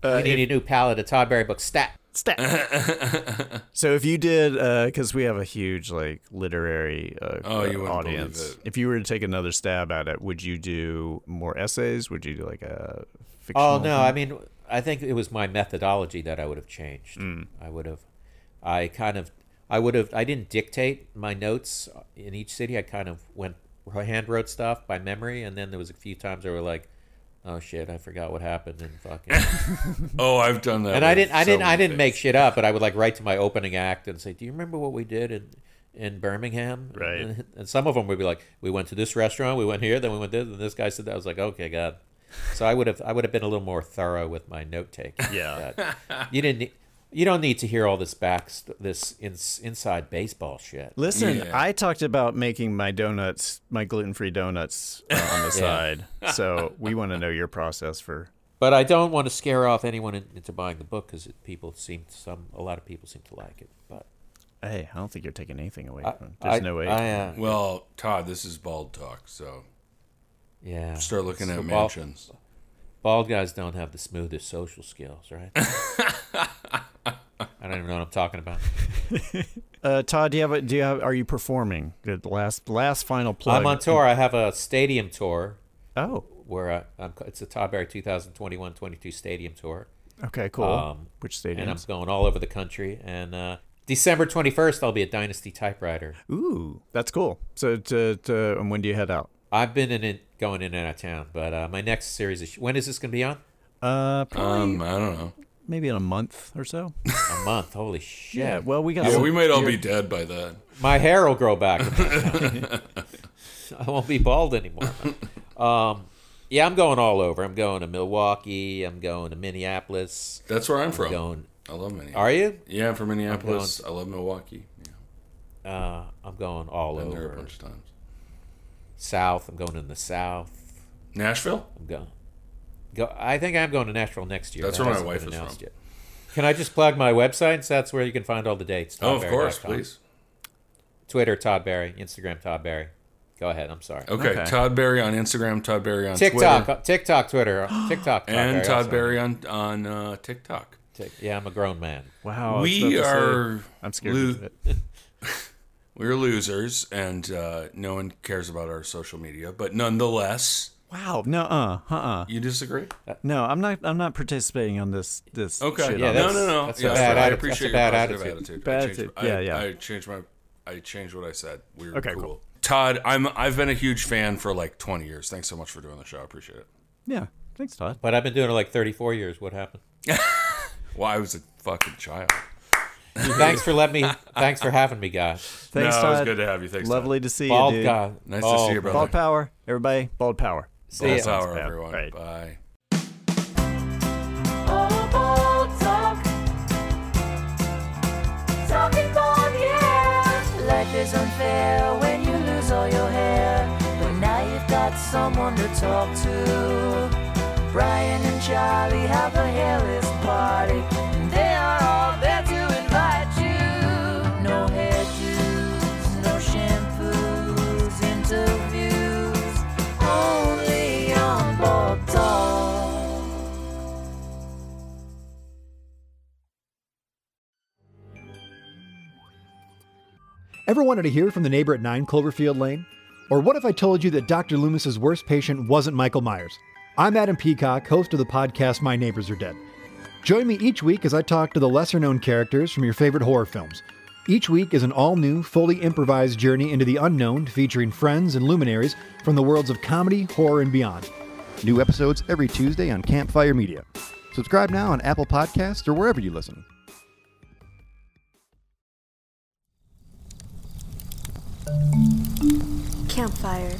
[SPEAKER 4] Uh,
[SPEAKER 1] we need a new palette of Todd Berry books. Stat.
[SPEAKER 4] (laughs)
[SPEAKER 2] Stat. so if you did, because we have a huge like literary uh,
[SPEAKER 4] Oh,
[SPEAKER 2] uh,
[SPEAKER 4] you wouldn't
[SPEAKER 2] audience,
[SPEAKER 4] believe it.
[SPEAKER 2] if you were to take another stab at it, would you do more essays? Would you do like a fictional?
[SPEAKER 1] Oh no, I mean, I think it was my methodology that I would have changed.
[SPEAKER 4] Mm.
[SPEAKER 1] I would have, I kind of, I would have, I didn't dictate my notes in each city. I kind of went hand wrote stuff by memory, and then there was a few times I were like, oh shit, I forgot what happened, and fucking,
[SPEAKER 4] Oh, I've done that.
[SPEAKER 1] and I
[SPEAKER 4] with
[SPEAKER 1] didn't, I
[SPEAKER 4] so
[SPEAKER 1] didn't, I
[SPEAKER 4] many
[SPEAKER 1] didn't make
[SPEAKER 4] things.
[SPEAKER 1] shit up, but I would like write to my opening act and say, do you remember what we did in in Birmingham,
[SPEAKER 2] Right.
[SPEAKER 1] And, (laughs) and some of them would be like, "We went to this restaurant, we went here, then we went there, and this guy said that." I was like, "Okay, God." So I would have, I would have been a little more thorough with my note taking
[SPEAKER 2] Yeah.
[SPEAKER 1] (laughs) that. you didn't. You don't need to hear all this back, this ins inside baseball shit.
[SPEAKER 2] Listen,
[SPEAKER 4] Yeah.
[SPEAKER 2] I talked about making my donuts, my gluten-free donuts uh, on the
[SPEAKER 4] (laughs)
[SPEAKER 2] side. So we want to know your process for.
[SPEAKER 1] But I don't want to scare off anyone in, into buying the book because people seem some, a lot of people seem to like it. But
[SPEAKER 2] Hey, I don't think you're taking anything away from. it.
[SPEAKER 1] I-
[SPEAKER 2] There's no way.
[SPEAKER 1] I, uh,
[SPEAKER 4] Well, Todd, this is bald talk, so
[SPEAKER 1] yeah,
[SPEAKER 4] start looking
[SPEAKER 1] So bald-
[SPEAKER 4] at mansions.
[SPEAKER 1] Bald guys don't have the smoothest social skills, right? I don't even know what I'm talking about.
[SPEAKER 2] Uh, Todd, do you have a, do you have, are you performing? The last last final plug.
[SPEAKER 1] I'm on tour. I have a stadium tour
[SPEAKER 2] Oh,
[SPEAKER 1] where I, I'm, it's the Todd Berry 2021-22 stadium tour.
[SPEAKER 2] okay, cool.
[SPEAKER 1] Um,
[SPEAKER 2] Which
[SPEAKER 1] and I'm
[SPEAKER 2] stadiums?
[SPEAKER 1] going all over the country. And uh, December 21st, I'll be at Dynasty Typewriter.
[SPEAKER 2] Ooh, that's cool. So to, to and when do you head out?
[SPEAKER 1] I've been in it, going in and out of town, but uh, my next series is when is this going to be on?
[SPEAKER 2] Uh, probably
[SPEAKER 4] Um, I don't know.
[SPEAKER 2] maybe in a month
[SPEAKER 1] (laughs)
[SPEAKER 2] or so.
[SPEAKER 1] A month. Holy shit!
[SPEAKER 2] Yeah. Well, we got.
[SPEAKER 1] Oh.
[SPEAKER 4] Yeah,
[SPEAKER 2] some-
[SPEAKER 4] we might all be dead by then.
[SPEAKER 1] my hair will grow
[SPEAKER 4] (laughs)
[SPEAKER 1] back. I won't be bald anymore. Um, yeah, I'm going all over. I'm going to Milwaukee. I'm going to Minneapolis.
[SPEAKER 4] That's where I'm from.
[SPEAKER 1] Going.
[SPEAKER 4] I love Minneapolis.
[SPEAKER 1] Are you?
[SPEAKER 4] Yeah, I'm from Minneapolis. I love Milwaukee. Yeah,
[SPEAKER 1] Uh, I'm going all
[SPEAKER 4] been there a
[SPEAKER 1] over.
[SPEAKER 4] bunch of times.
[SPEAKER 1] South. I'm going in the South.
[SPEAKER 4] Nashville?
[SPEAKER 1] I'm going. Go. I think I'm going to Nashville next year.
[SPEAKER 4] That's
[SPEAKER 1] That
[SPEAKER 4] where my
[SPEAKER 1] hasn't been
[SPEAKER 4] wife is
[SPEAKER 1] announced
[SPEAKER 4] from.
[SPEAKER 1] Yet. Can I just plug my websites? That's where you can find all the dates.
[SPEAKER 4] Oh, of course,
[SPEAKER 1] toddberry.com.
[SPEAKER 4] please.
[SPEAKER 1] Twitter Todd Barry, Instagram Todd Barry. Go ahead. I'm sorry.
[SPEAKER 4] Okay,
[SPEAKER 2] Okay.
[SPEAKER 4] Todd Barry on Instagram, Todd Barry Oh, on
[SPEAKER 1] TikTok,
[SPEAKER 4] Twitter,
[SPEAKER 1] uh, TikTok, Twitter, (gasps) TikTok, Todd
[SPEAKER 4] and
[SPEAKER 1] Barry
[SPEAKER 4] Todd
[SPEAKER 1] also.
[SPEAKER 4] Barry on on uh, TikTok.
[SPEAKER 1] Tick- Yeah, I'm a grown man.
[SPEAKER 2] wow. I was
[SPEAKER 4] we
[SPEAKER 2] Oh, about to say,
[SPEAKER 4] are
[SPEAKER 2] I'm scared
[SPEAKER 4] lo-
[SPEAKER 2] of it.
[SPEAKER 4] we're losers, and uh, no one cares about our social media. But nonetheless,
[SPEAKER 2] Wow. No. Uh. Uh. uh
[SPEAKER 4] you disagree?
[SPEAKER 2] No. I'm not. I'm not participating on this. This.
[SPEAKER 4] Okay.
[SPEAKER 2] Shit
[SPEAKER 1] Yeah,
[SPEAKER 2] on
[SPEAKER 4] no,
[SPEAKER 1] that's-
[SPEAKER 4] no, no.
[SPEAKER 1] that's a
[SPEAKER 4] yeah,
[SPEAKER 1] bad
[SPEAKER 4] I
[SPEAKER 1] atti-
[SPEAKER 4] appreciate
[SPEAKER 1] that's a bad
[SPEAKER 4] your positive
[SPEAKER 1] attitude.
[SPEAKER 4] attitude.
[SPEAKER 2] Bad
[SPEAKER 4] I changed,
[SPEAKER 2] attitude.
[SPEAKER 4] I,
[SPEAKER 2] Yeah, yeah.
[SPEAKER 4] I changed my. I changed what I said. We were
[SPEAKER 2] Okay,
[SPEAKER 4] cool.
[SPEAKER 2] cool.
[SPEAKER 4] Todd, I'm I've been a huge fan for like 20 years. Thanks so much for doing the show. I appreciate it.
[SPEAKER 2] Yeah. Thanks, Todd.
[SPEAKER 1] But I've been doing it like 34 years. What
[SPEAKER 4] (laughs)
[SPEAKER 1] happened?
[SPEAKER 4] Well, I was a fucking child.
[SPEAKER 1] thanks for letting me. Thanks for having me, guys.
[SPEAKER 2] Thanks,
[SPEAKER 4] no, it
[SPEAKER 2] Todd.
[SPEAKER 4] was good to have you. Thanks,
[SPEAKER 2] Lovely to see
[SPEAKER 1] Bald
[SPEAKER 2] you, dude.
[SPEAKER 1] guy.
[SPEAKER 4] Todd. Nice to
[SPEAKER 1] Bald.
[SPEAKER 4] see you, brother.
[SPEAKER 2] Bald power, everybody. Bald power.
[SPEAKER 1] See
[SPEAKER 4] Ball
[SPEAKER 1] ya.
[SPEAKER 4] power,
[SPEAKER 2] Yeah,
[SPEAKER 4] everyone.
[SPEAKER 2] right.
[SPEAKER 4] Bye.
[SPEAKER 3] Oh, ball talk. Talking ball, yeah. Life is unfair when you lose all your hair. But now you've got someone to talk to. Brian and Charlie have a hairless party. And they are all there to invite you. No hairdos, no shampoos, interviews. Only on Bald Talk.
[SPEAKER 6] Ever wanted to hear from the neighbor at 9 Cloverfield Lane? Or what if I told you that Dr. Loomis's worst patient wasn't Michael Myers? I'm Adam Peacock, host of the podcast My Neighbors Are Dead. Join me each week as I talk to the lesser known characters from your favorite horror films. Each week is an all new, fully improvised journey into the unknown featuring friends and luminaries from the worlds of comedy, horror, and beyond.
[SPEAKER 7] New episodes every Tuesday on Campfire Media. Subscribe now on Apple Podcasts or wherever you listen.
[SPEAKER 8] Campfire.